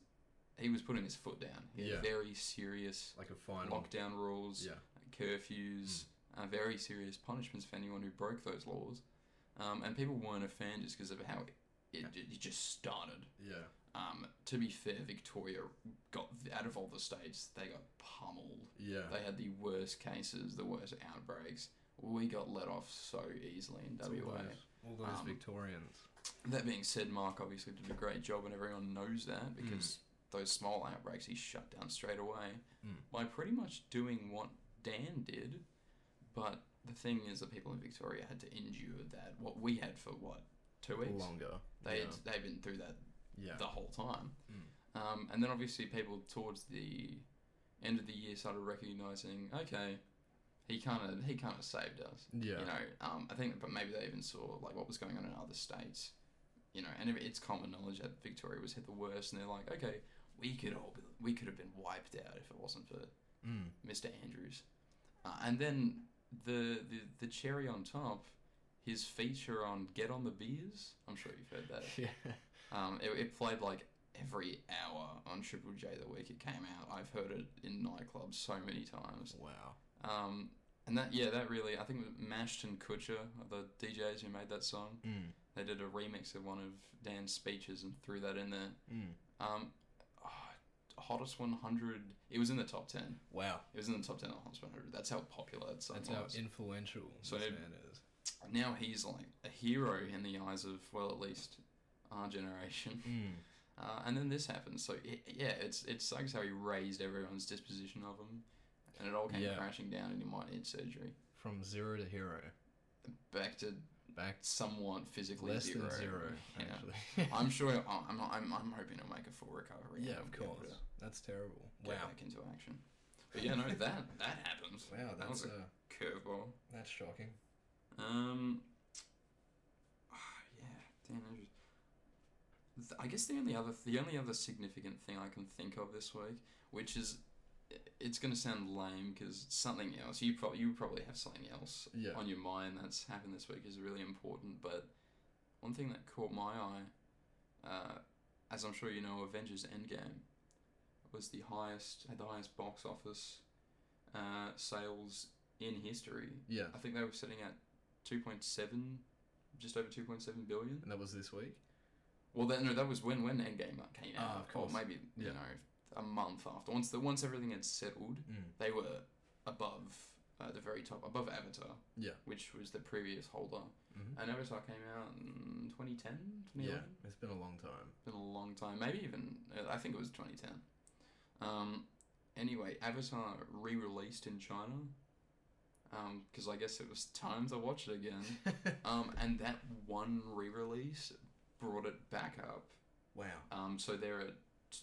Speaker 2: he was putting his foot down. He had
Speaker 1: Yeah.
Speaker 2: Very serious
Speaker 1: Like a final.
Speaker 2: lockdown rules, uh,
Speaker 1: Yeah. Hmm.
Speaker 2: curfews, uh, very serious punishments for anyone who broke those laws, um, and people weren't a fan just because of how it, it, ju- it just started.
Speaker 1: Yeah.
Speaker 2: Um, to be fair, Victoria got out of all the states, they got pummeled.
Speaker 1: Yeah.
Speaker 2: They had the worst cases, the worst outbreaks. We got let off so easily in
Speaker 1: It's
Speaker 2: WA.
Speaker 1: All those, all those
Speaker 2: Um,
Speaker 1: Victorians.
Speaker 2: That being said, Mark obviously did a great job, and everyone knows that because those small outbreaks he shut down straight away
Speaker 1: Mm.
Speaker 2: by pretty much doing what Dan did. But the thing is, the people in Victoria had to endure that. What we had for what two weeks?
Speaker 1: Longer.
Speaker 2: They
Speaker 1: yeah.
Speaker 2: had, they've been through that
Speaker 1: yeah.
Speaker 2: the whole time.
Speaker 1: Mm.
Speaker 2: Um, and then obviously people towards the end of the year started recognizing, okay, he kind of he kind of saved us
Speaker 1: yeah.
Speaker 2: you know um, i think but maybe they even saw like what was going on in other states you know and it- it's common knowledge that victoria was hit the worst and they're like okay we could all be, we could have been wiped out if it wasn't for
Speaker 1: Mm.
Speaker 2: mr andrews uh, and then the, the the cherry on top his feature on get on the beers i'm sure you've heard that
Speaker 1: [LAUGHS] Yeah.
Speaker 2: um, it, it played like every hour on triple j the week it came out i've heard it in nightclubs so many times
Speaker 1: Wow.
Speaker 2: um, and that yeah, that really I think it was Mashed and Kutcher are the DJs who made that song.
Speaker 1: Mm.
Speaker 2: They did a remix of one of Dan's speeches and threw that in there.
Speaker 1: Mm.
Speaker 2: Um, ah, hottest 100. It was in the top 10.
Speaker 1: Wow.
Speaker 2: It was in the top 10 of Hottest 100. That's how popular that song
Speaker 1: That's how
Speaker 2: was.
Speaker 1: influential
Speaker 2: So
Speaker 1: this
Speaker 2: it-
Speaker 1: man is.
Speaker 2: now he's like a hero in the eyes of well at least our generation. [LAUGHS]
Speaker 1: Mm.
Speaker 2: Uh, and then this happened. So it, yeah, it's it sucks how he raised everyone's disposition of him, and it all came
Speaker 1: Yeah.
Speaker 2: crashing down, and he might need surgery.
Speaker 1: From zero to hero.
Speaker 2: Back to
Speaker 1: Back
Speaker 2: somewhat physically
Speaker 1: less
Speaker 2: zero.
Speaker 1: than zero,
Speaker 2: Yeah. [LAUGHS]
Speaker 1: actually.
Speaker 2: I'm sure. I'm, I'm. I'm hoping he'll make a full recovery.
Speaker 1: [LAUGHS]
Speaker 2: and
Speaker 1: yeah, of
Speaker 2: be able
Speaker 1: course.
Speaker 2: to
Speaker 1: That's terrible.
Speaker 2: Get
Speaker 1: Wow.
Speaker 2: back into action. But yeah, no, that that happens.
Speaker 1: Wow,
Speaker 2: That
Speaker 1: that's
Speaker 2: was
Speaker 1: uh,
Speaker 2: a curveball.
Speaker 1: that's shocking.
Speaker 2: Um. ah, Yeah, Dan Andrews. Th- I guess the only other the only other significant thing I can think of this week, which is, i- it's gonna sound lame because something else you probably you probably have something else
Speaker 1: Yeah.
Speaker 2: on your mind that's happened this week is really important. But one thing that caught my eye, uh, as I'm sure you know, Avengers Endgame was the highest had the highest box office uh, sales in history.
Speaker 1: Yeah.
Speaker 2: I think they were sitting at 2.7, just over 2.7 billion.
Speaker 1: And that was this week?
Speaker 2: Well, that, no, that was when when Endgame came out.
Speaker 1: Ah, of course.
Speaker 2: Or maybe
Speaker 1: Yeah.
Speaker 2: you know a month after. Once the once everything had settled,
Speaker 1: Mm.
Speaker 2: they were above uh, the very top, above Avatar.
Speaker 1: Yeah.
Speaker 2: Which was the previous holder.
Speaker 1: Mhm.
Speaker 2: And Avatar came out in 2010, 2011.
Speaker 1: Yeah, it's been a long time.
Speaker 2: Been a long time. Maybe even uh, I think it was 2010. Um. Anyway, Avatar re-released in China. Um, because I guess it was time to watch it again.
Speaker 1: [LAUGHS]
Speaker 2: Um, and that one re-release brought it back up.
Speaker 1: wow.
Speaker 2: Um, so they're at,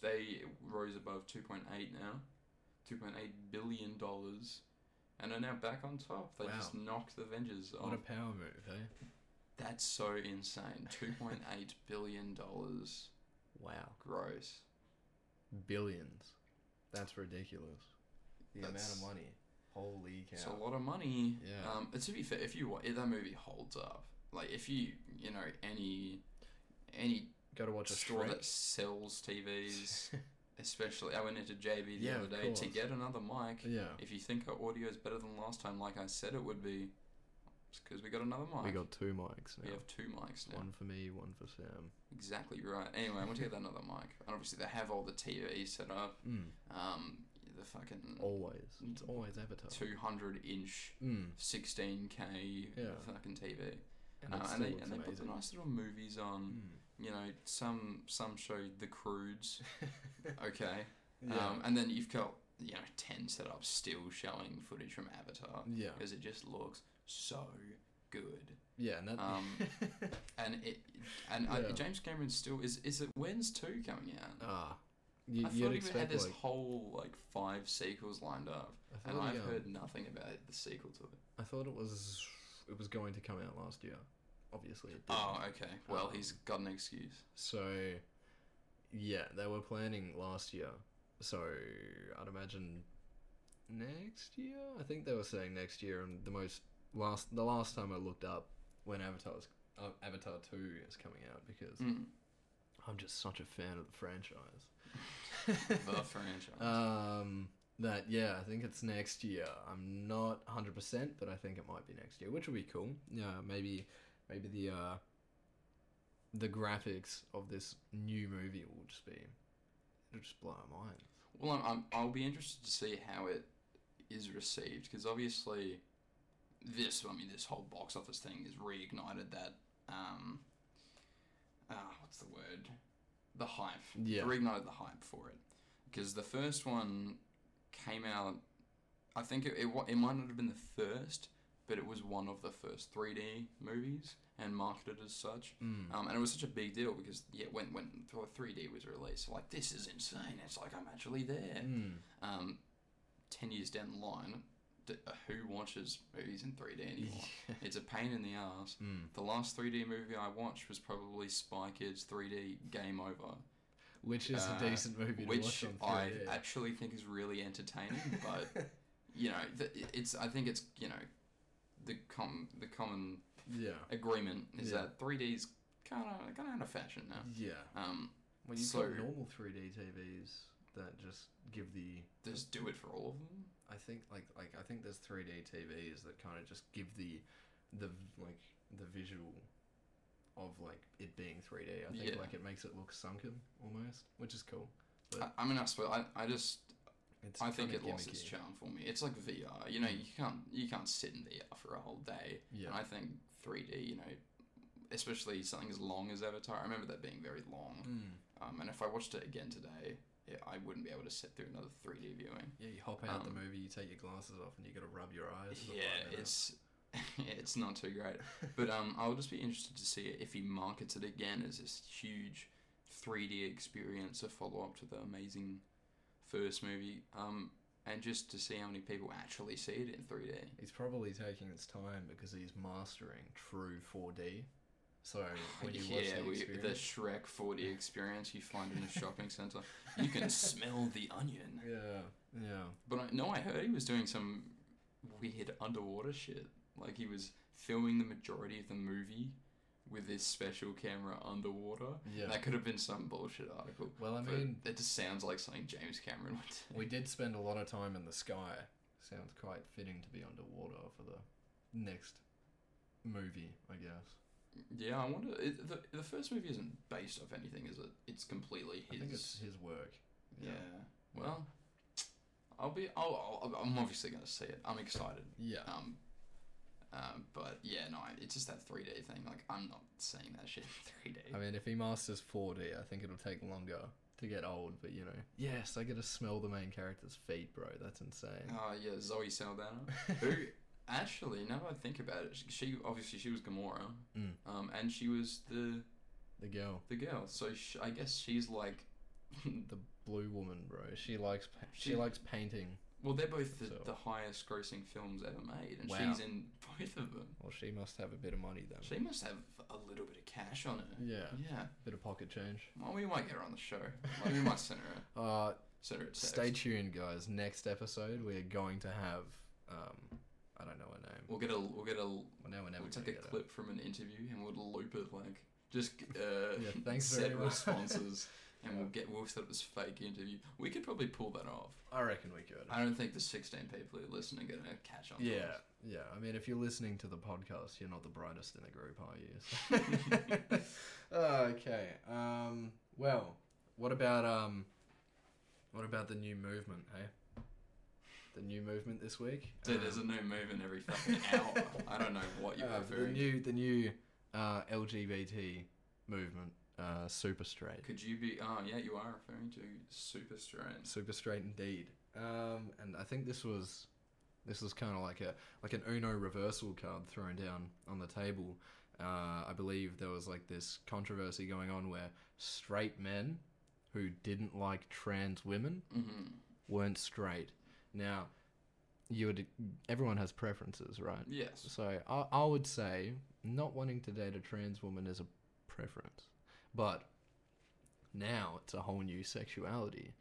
Speaker 2: they rose above 2.8 now, 2.8 billion dollars, and are now back on top. They just knocked the Avengers
Speaker 1: What
Speaker 2: off.
Speaker 1: a power move, eh?
Speaker 2: That's so
Speaker 1: [LAUGHS]
Speaker 2: insane. 2.8 billion dollars.
Speaker 1: Wow.
Speaker 2: Gross.
Speaker 1: Billions. That's ridiculous. The amount
Speaker 2: That's-
Speaker 1: of money. Holy cow.
Speaker 2: It's a lot of money.
Speaker 1: Yeah.
Speaker 2: Um, but to be fair, if you wa- if that movie holds up, like if you you know any any
Speaker 1: Got to watch a
Speaker 2: store that
Speaker 1: Shrek.
Speaker 2: sells
Speaker 1: [LAUGHS]
Speaker 2: TVs, especially I went into JB the
Speaker 1: Yeah,
Speaker 2: other
Speaker 1: of
Speaker 2: day to
Speaker 1: course.
Speaker 2: get another mic.
Speaker 1: yeah.
Speaker 2: If you think our audio is better than last time, like I said it would be, it's because we got another mic.
Speaker 1: We got two mics
Speaker 2: We
Speaker 1: now.
Speaker 2: have two mics now.
Speaker 1: One for me, one for Sam.
Speaker 2: Exactly right. Anyway, I want to get another mic. And obviously, they have all the TV set up.
Speaker 1: Mm.
Speaker 2: Um, the fucking
Speaker 1: Always. It's always Avatar.
Speaker 2: 200 inch,
Speaker 1: Mm.
Speaker 2: 16K
Speaker 1: Yeah.
Speaker 2: fucking TV.
Speaker 1: And
Speaker 2: Uh,
Speaker 1: it
Speaker 2: and
Speaker 1: still
Speaker 2: they,
Speaker 1: looks
Speaker 2: and they put the
Speaker 1: amazing.
Speaker 2: nice little movies on. You know, some some show The Crudes.
Speaker 1: Mm.
Speaker 2: Okay.
Speaker 1: [LAUGHS] yeah.
Speaker 2: Um, and then you've got, you know, 10 set up still showing footage from Avatar.
Speaker 1: yeah.
Speaker 2: because it just looks so good.
Speaker 1: Yeah, and that.
Speaker 2: um, And it and I,
Speaker 1: Yeah.
Speaker 2: James Cameron still is is it when's two coming out?
Speaker 1: [LAUGHS] ah.
Speaker 2: I
Speaker 1: You,
Speaker 2: thought he
Speaker 1: you'd
Speaker 2: would
Speaker 1: expect
Speaker 2: had this
Speaker 1: like.
Speaker 2: whole like five sequels lined up,
Speaker 1: I
Speaker 2: and
Speaker 1: thought
Speaker 2: I've
Speaker 1: he, um,
Speaker 2: heard nothing about it, the sequel to it.
Speaker 1: I thought it was it was going to come out last year. Obviously, it didn't.
Speaker 2: Oh, okay. Well, he's
Speaker 1: Um,
Speaker 2: got an excuse.
Speaker 1: So, yeah, they were planning last year. So I'd imagine next year. I think they were saying next year. And the most last the last time I looked up when Avatar's uh, Avatar Two is coming out because
Speaker 2: Mm. [LAUGHS]
Speaker 1: I'm just such a fan of the franchise.
Speaker 2: the franchise.
Speaker 1: Um, that yeah, I think it's next year. I'm not 100, percent but I think it might be next year, which will be cool. Yeah, maybe, maybe the uh, the graphics of this new movie will just be, it'll just blow our mind.
Speaker 2: well, I'm, I'm I'll be interested to see how it is received because obviously this I mean this whole box office thing has reignited that um uh, what's the word the hype
Speaker 1: Yeah.
Speaker 2: reignited the hype for it because the first one came out I think it, it wa- it might not have been the first but it was one of the first 3D movies and marketed as such
Speaker 1: Mm.
Speaker 2: um, and it was such a big deal because yeah when when 3D was released like this is insane it's like I'm actually there
Speaker 1: Mm.
Speaker 2: um, 10 years down the line, d- uh, who watches movies in 3D
Speaker 1: [LAUGHS]
Speaker 2: anymore?
Speaker 1: Hmm.
Speaker 2: it's a pain in the ass.
Speaker 1: Mm.
Speaker 2: The last 3D movie I watched was probably Spy Kids 3D Game Over,
Speaker 1: Which is
Speaker 2: Uh,
Speaker 1: a decent movie to
Speaker 2: which
Speaker 1: watch on
Speaker 2: I
Speaker 1: 3D.
Speaker 2: actually think is really
Speaker 1: [LAUGHS]
Speaker 2: entertaining, [LAUGHS] but you know, th- it's I think it's, you know, the com the common
Speaker 1: yeah,
Speaker 2: agreement is
Speaker 1: Yeah.
Speaker 2: that 3D's kind of kind of out of fashion now.
Speaker 1: yeah.
Speaker 2: Um,
Speaker 1: Well, you've
Speaker 2: So-
Speaker 1: got normal 3D TVs that just give the
Speaker 2: just do it for all of them.
Speaker 1: I think like like I think there's 3D TVs that kind of just give the the v- like the visual of like it being 3D. I think
Speaker 2: Yeah.
Speaker 1: like it makes it look sunken almost, which is cool. But-
Speaker 2: I, I mean, I suppose I, I just
Speaker 1: It's
Speaker 2: I think it
Speaker 1: kinda
Speaker 2: lost its
Speaker 1: gimmicky.
Speaker 2: charm for me. It's like VR. You know, you can't you can't sit in VR for a whole day.
Speaker 1: Yeah.
Speaker 2: And I think 3D. You know, especially something as long as Avatar. I remember that being very long.
Speaker 1: Mm.
Speaker 2: Um, and if I watched it again today, yeah, I wouldn't be able to sit through another 3D viewing.
Speaker 1: Yeah, you hop out
Speaker 2: Um,
Speaker 1: the movie, you take your glasses off, and you gotta rub your eyes. for five
Speaker 2: yeah,
Speaker 1: minutes.
Speaker 2: it's [LAUGHS] it's not too great. But um, I'll just be interested to see if he markets it again as this huge 3D experience, a follow up to the amazing first movie. Um, and just to see how many people actually see it in 3D.
Speaker 1: he's probably taking its time because he's mastering true 4D. So
Speaker 2: [LAUGHS]
Speaker 1: when you
Speaker 2: yeah,
Speaker 1: watch the
Speaker 2: we- the
Speaker 1: experience,
Speaker 2: Shrek
Speaker 1: [LAUGHS]
Speaker 2: 4D experience you find in a shopping centre. You can smell the onion.
Speaker 1: yeah, yeah,
Speaker 2: But I, no, I heard he was doing some weird underwater shit. Like he was filming the majority of the movie with this special camera underwater.
Speaker 1: yeah.
Speaker 2: That could have been some bullshit article.
Speaker 1: well, I
Speaker 2: but
Speaker 1: mean,
Speaker 2: it just sounds like something James Cameron would do.
Speaker 1: we did spend a lot of time in the sky, Sounds quite fitting to be underwater for the next movie, I guess.
Speaker 2: Yeah, I wonder. It, the, the first movie isn't based off anything, is it? It's completely
Speaker 1: I
Speaker 2: his.
Speaker 1: think it's his work.
Speaker 2: yeah. Well, I'll be. I'll, I'll, I'm obviously going to see it. I'm excited.
Speaker 1: Yeah.
Speaker 2: Um, um, but yeah, no, it's just that 3D thing. Like, I'm not seeing that shit in 3D.
Speaker 1: I mean, if he masters 4D, I think it'll take longer to get old, but you know. Yes, I get to smell the main character's feet, bro. That's insane.
Speaker 2: Oh yeah, Zoe Saldana. Uh,
Speaker 1: [LAUGHS]
Speaker 2: Who actually, now that I think about it, sh- she obviously she was Gamora,
Speaker 1: Mm.
Speaker 2: um, and she was the
Speaker 1: The girl,
Speaker 2: the girl. So sh- I guess she's like, [LAUGHS]
Speaker 1: the blue woman, bro. She likes pa- she
Speaker 2: She-
Speaker 1: likes painting.
Speaker 2: well, they're both the,
Speaker 1: So-
Speaker 2: the highest grossing films ever made, and
Speaker 1: Wow.
Speaker 2: she's in both of them.
Speaker 1: Well, she must have a bit of money then.
Speaker 2: She must have a little bit of cash on her.
Speaker 1: yeah,
Speaker 2: Yeah.
Speaker 1: bit of pocket change.
Speaker 2: Well, we might get her on the show. Like, we might send her a,
Speaker 1: Uh,
Speaker 2: send her a text.
Speaker 1: stay tuned, guys. Next episode, we're going to have um, I don't know her name.
Speaker 2: We'll get a we'll get a we'll
Speaker 1: Well, now we're never
Speaker 2: take
Speaker 1: gonna
Speaker 2: a
Speaker 1: get her.
Speaker 2: clip from an interview and we'll loop it like just uh,
Speaker 1: [LAUGHS] Yeah, thanks
Speaker 2: set
Speaker 1: very much. [LAUGHS]
Speaker 2: responses and we'll get we'll set up this fake interview. We could probably pull that off.
Speaker 1: I reckon we could.
Speaker 2: I don't think the sixteen people who listen are gonna catch on. to
Speaker 1: Yeah,
Speaker 2: us.
Speaker 1: yeah. I mean, if you're listening to the podcast, you're not the brightest in the group, are you?
Speaker 2: [LAUGHS]
Speaker 1: So- okay. Um. Well, what about um, what about the new movement? Hey, the new movement this week.
Speaker 2: Dude, there's a
Speaker 1: Um,
Speaker 2: new move in every fucking
Speaker 1: [LAUGHS]
Speaker 2: hour. I don't know what you're
Speaker 1: uh, but the
Speaker 2: referring.
Speaker 1: new the new uh, LGBT movement. Uh, super straight.
Speaker 2: Could you be? Oh yeah, you are referring to super strange.
Speaker 1: Super straight indeed. Um, and I think this was this was kind of like a like an Uno reversal card thrown down on the table. Uh, I believe there was like this controversy going on where straight men who didn't like trans women
Speaker 2: Mm-hmm.
Speaker 1: weren't straight. Now, you would everyone has preferences, right?
Speaker 2: Yes.
Speaker 1: So I, I would say not wanting to date a trans woman is a preference, but now it's a whole new sexuality.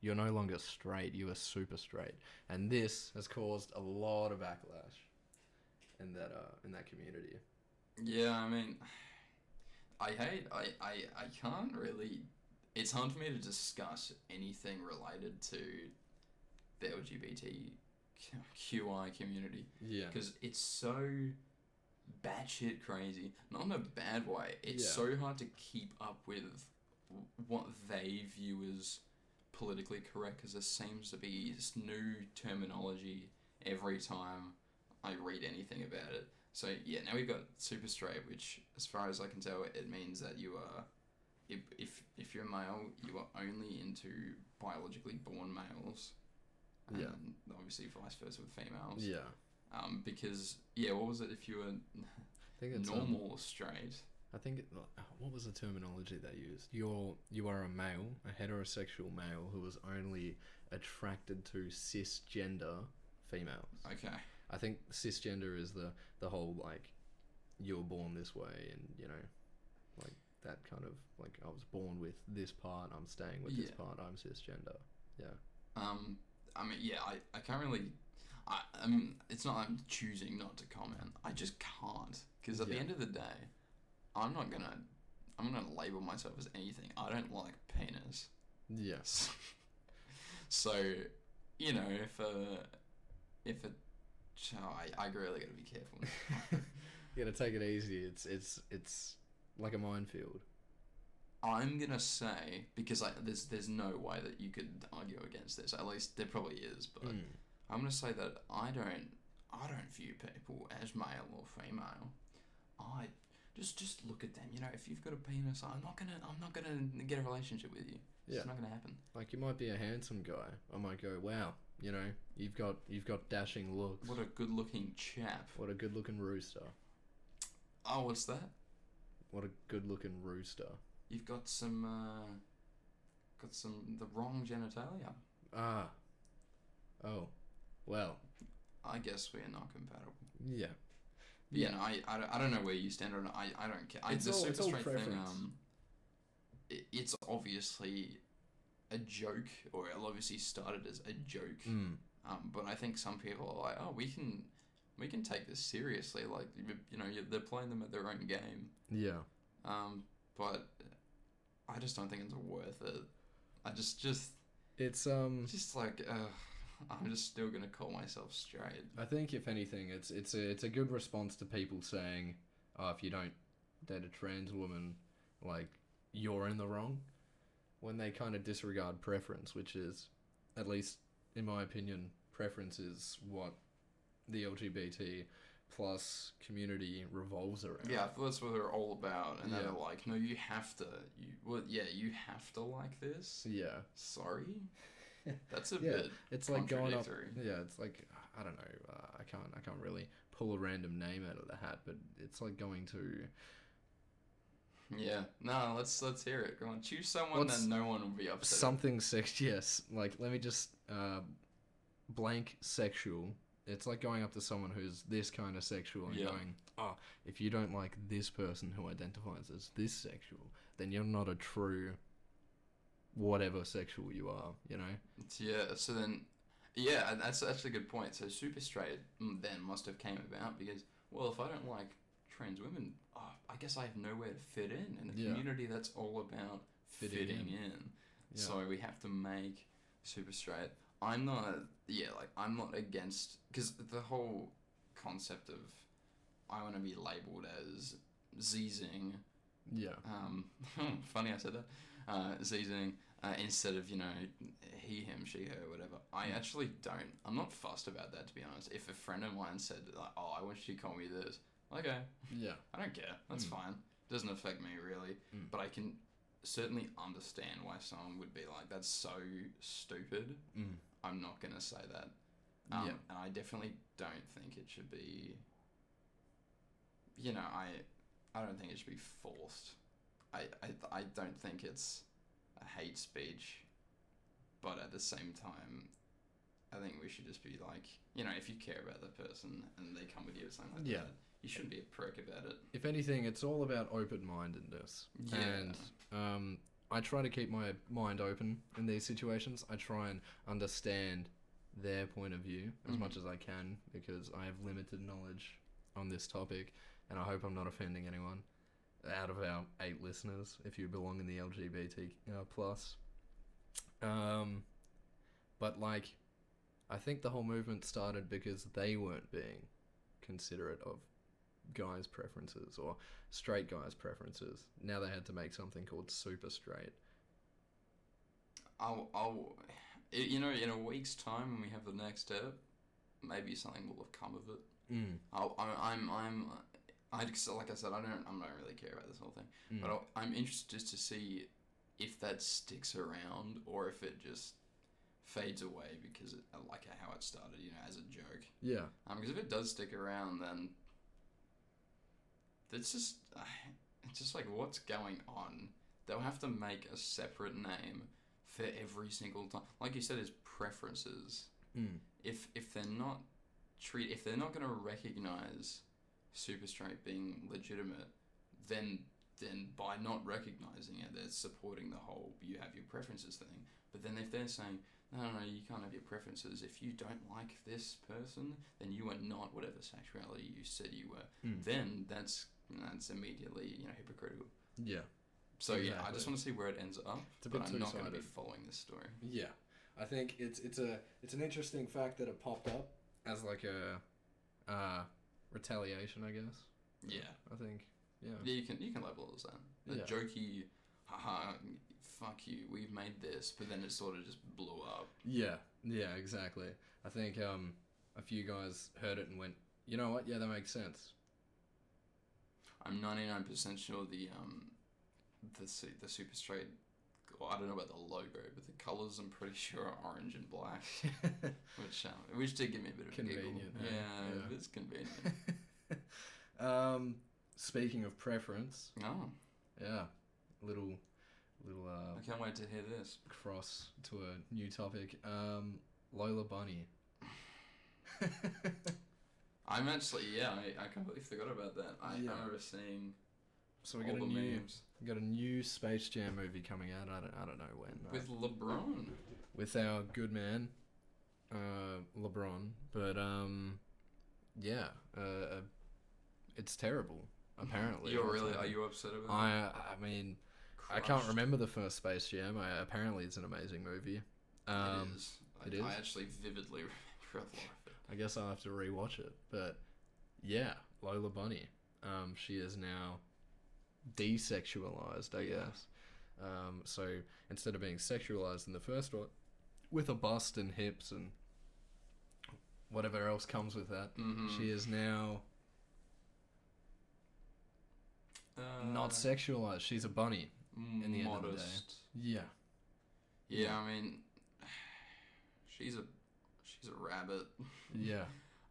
Speaker 1: You're no longer straight. You are super straight, and this has caused a lot of backlash in that uh, in that community.
Speaker 2: Yeah, I mean, I hate. I, I I can't really. It's hard for me to discuss anything related to the LGBTQI community
Speaker 1: Yeah.
Speaker 2: because it's so batshit crazy. Not in a bad way. It's
Speaker 1: Yeah.
Speaker 2: so hard to keep up with what they view as politically correct because there seems to be this new terminology every time I read anything about it. So yeah, now we've got super straight, which, as far as I can tell, it means that you are, if if, if you're male, you are only into biologically born males. And
Speaker 1: Yeah.
Speaker 2: obviously, vice versa with females.
Speaker 1: Yeah.
Speaker 2: Um, because yeah, what was it? If you were
Speaker 1: I think it's um,
Speaker 2: normal or straight,
Speaker 1: I think it, uh, what was the terminology they used? You're you are a male, a heterosexual male who is only attracted to cisgender females.
Speaker 2: okay,
Speaker 1: I think cisgender is the the whole like you were born this way and you know like that kind of like I was born with this part, I'm staying with this
Speaker 2: Yeah.
Speaker 1: part, I'm cisgender.
Speaker 2: um, I mean, yeah, I, I can't really, I, I mean, it's not I'm choosing not to comment. I just can't because at the
Speaker 1: Yeah.
Speaker 2: end of the day, I'm not gonna, I'm not gonna label myself as anything. I don't like penis. [LAUGHS]
Speaker 1: Yes.
Speaker 2: so, you know, if a, if a, oh, I, I really gotta be careful.
Speaker 1: you [LAUGHS] gotta take it easy. It's it's it's like a minefield.
Speaker 2: I'm gonna say because I, there's there's no way that you could argue against this. At least there probably is, but
Speaker 1: Hmm.
Speaker 2: I'm gonna say that I don't I don't view people as male or female. I just just look at them. You know, if you've got a penis, I'm not gonna I'm not gonna get a relationship with you.
Speaker 1: Yeah.
Speaker 2: It's not gonna happen.
Speaker 1: Like you might be a handsome guy. I might go, Wow, you know, you've got you've got dashing looks.
Speaker 2: What a good looking chap.
Speaker 1: [LAUGHS] What a good looking rooster.
Speaker 2: Oh, what's that?
Speaker 1: What a good looking rooster.
Speaker 2: You've got some uh, got some the wrong genitalia.
Speaker 1: Ah. Oh. Well,
Speaker 2: I guess we are not compatible.
Speaker 1: yeah.
Speaker 2: Yeah, no, I, I, don't- I don't know where you stand on it. I, I don't care. I,
Speaker 1: It's
Speaker 2: the
Speaker 1: all-
Speaker 2: super
Speaker 1: it's all
Speaker 2: straight thing,
Speaker 1: preference.
Speaker 2: um, it, it's obviously a joke, or it obviously started as a joke.
Speaker 1: Mm.
Speaker 2: Um, but I think some people are like, oh, we can, we can take this seriously. Like, you- you know, you- they're playing them at their own game.
Speaker 1: Yeah.
Speaker 2: Um, but I just don't think it's worth it. I just, just,
Speaker 1: It's um
Speaker 2: just like, uh, I'm just still gonna call myself straight.
Speaker 1: I think if anything, it's it's a it's a good response to people saying, "Oh, if you don't date a trans woman, like you're in the wrong," when they kind of disregard preference, which is, at least in my opinion, preference is what the LGBT plus community revolves around.
Speaker 2: Yeah, I thought that's what they're all about, and
Speaker 1: Yeah.
Speaker 2: they're like, no, you have to. You well, yeah, you have to like this.
Speaker 1: yeah.
Speaker 2: Sorry,
Speaker 1: [LAUGHS]
Speaker 2: that's a
Speaker 1: Yeah,
Speaker 2: bit
Speaker 1: It's like going up
Speaker 2: contradictory.
Speaker 1: Yeah, it's like I don't know. Uh, I can't. I can't really pull a random name out of the hat, but it's like going to.
Speaker 2: yeah, no, let's let's hear it. Go on, choose someone
Speaker 1: What's-
Speaker 2: that no one will be upset. at.
Speaker 1: something sex [LAUGHS] yes like let me just uh blank sexual it's like going up to someone who's this kind of sexual and
Speaker 2: Yeah.
Speaker 1: going oh if you don't like this person who identifies as this sexual then you're not a true whatever sexual you are you know
Speaker 2: Yeah, so then, yeah, and that's actually a good point. So super straight mm, then must have came about because, well, if I don't like trans women, oh, I guess I have nowhere to fit in. In a
Speaker 1: Yeah.
Speaker 2: community that's all about
Speaker 1: Fitting
Speaker 2: fitting,
Speaker 1: in.
Speaker 2: in.
Speaker 1: Yeah.
Speaker 2: So we have to make super straight. I'm not, yeah, like, I'm not against, because the whole concept of I want to be labeled as Zing,
Speaker 1: yeah
Speaker 2: um, [LAUGHS] funny I said that. Uh, Zing, uh, instead of, you know, he, him, she, her, whatever. I actually don't. I'm not fussed about that, to be honest. If a friend of mine said, like, oh, I want you to call me this, okay,
Speaker 1: yeah
Speaker 2: I don't care. That's
Speaker 1: Mm.
Speaker 2: fine. Doesn't affect me, really.
Speaker 1: Mm.
Speaker 2: But I can certainly understand why someone would be like, that's so stupid.
Speaker 1: mm.
Speaker 2: I'm not going to say that. Um,
Speaker 1: Yeah.
Speaker 2: And I definitely don't think it should be. You know, I, I don't think it should be forced. I, I, I don't think it's a hate speech, but at the same time, I think we should just be like, you know, if you care about that person and they come with you or something like
Speaker 1: Yeah.
Speaker 2: that, you shouldn't be a prick about it.
Speaker 1: if anything it's all about open-mindedness
Speaker 2: Yeah.
Speaker 1: and um I try to keep my mind open in these situations. I try and understand their point of view as
Speaker 2: Mhm.
Speaker 1: much as I can because I have limited knowledge on this topic, and I hope I'm not offending anyone out of our eight listeners. If you belong in the LGBT uh, plus, um, but like, I think the whole movement started because they weren't being considerate of guys' preferences or straight guys' preferences. Now they had to make something called super straight.
Speaker 2: I'll, I'll, i- you know, in a week's time when we have the next step, maybe something will have come of it.
Speaker 1: Mm.
Speaker 2: I'll, I- I'm, I'm, uh, I just, like I said, I don't, I don't really care about this whole thing,
Speaker 1: Mm.
Speaker 2: but I'll, I'm interested to see if that sticks around or if it just fades away because it, I like how it started, you know, as a joke.
Speaker 1: Yeah.
Speaker 2: Um, because if it does stick around, then it's just, [SIGHS] it's just like what's going on. They'll have to make a separate name for every single time. Like you said, is preferences
Speaker 1: Mm.
Speaker 2: if if they're not treat if they're not going to recognize super straight being legitimate then then by not recognizing it they're supporting the whole you have your preferences thing but then if they're saying no no no you can't have your preferences if you don't like this person then you are not whatever sexuality you said you were
Speaker 1: Mm.
Speaker 2: then that's that's immediately you know hypocritical
Speaker 1: Yeah.
Speaker 2: so yeah i
Speaker 1: Exactly.
Speaker 2: just want to see where it ends up
Speaker 1: It's a
Speaker 2: but
Speaker 1: bit
Speaker 2: i'm not going to be
Speaker 1: two-sided.
Speaker 2: following this story
Speaker 1: Yeah, I think it's it's a it's an interesting fact that it popped up as like a uh, retaliation, I guess.
Speaker 2: yeah
Speaker 1: I think. Yeah.
Speaker 2: Yeah, you can you can label it as that. The
Speaker 1: Yeah.
Speaker 2: jokey, haha, fuck you, we've made this, but then it sort of just blew up.
Speaker 1: Yeah. Yeah. Exactly. I think um a few guys heard it and went, you know what? Yeah, that makes sense. [LAUGHS]
Speaker 2: I'm 99% sure the um the su- the super straight. I don't know about the logo, but the colors I'm pretty sure are orange and black, which um, which did give me a bit of a giggle.
Speaker 1: Convenient, eh?
Speaker 2: Yeah,
Speaker 1: Yeah.
Speaker 2: it's convenient.
Speaker 1: [LAUGHS] um, speaking of preference,
Speaker 2: oh,
Speaker 1: yeah, little little uh,
Speaker 2: I can't wait to hear this.
Speaker 1: cross to a new topic. Um, Lola Bunny. [LAUGHS]
Speaker 2: I'm actually yeah, I, I completely forgot about that. I,
Speaker 1: Yeah.
Speaker 2: I remember seeing
Speaker 1: so we
Speaker 2: all
Speaker 1: got
Speaker 2: the
Speaker 1: a new.
Speaker 2: memes
Speaker 1: We got a new Space Jam movie coming out. I don't, I don't know when. uh,
Speaker 2: with LeBron.
Speaker 1: with our good man, uh, LeBron. But um, yeah, uh, uh, it's terrible. Apparently,
Speaker 2: You're really are you upset about? it?
Speaker 1: I, I mean, I can't
Speaker 2: Crushed.
Speaker 1: remember the first Space Jam. I, apparently, it's an amazing movie. Um,
Speaker 2: it is. I
Speaker 1: It
Speaker 2: I
Speaker 1: is?
Speaker 2: actually vividly [LAUGHS] remember a lot of it.
Speaker 1: I guess I'll have to rewatch it. But yeah, Lola Bunny. Um, she is now desexualized, I
Speaker 2: Yeah.
Speaker 1: guess. Um, so instead of being sexualized in the first one, with a bust and hips and whatever else comes with that,
Speaker 2: Mm-hmm.
Speaker 1: she is now
Speaker 2: uh,
Speaker 1: not sexualized. She's a bunny.
Speaker 2: modest.
Speaker 1: the end of the day. Yeah.
Speaker 2: Yeah, I mean, [SIGHS] she's a she's a rabbit.
Speaker 1: Yeah.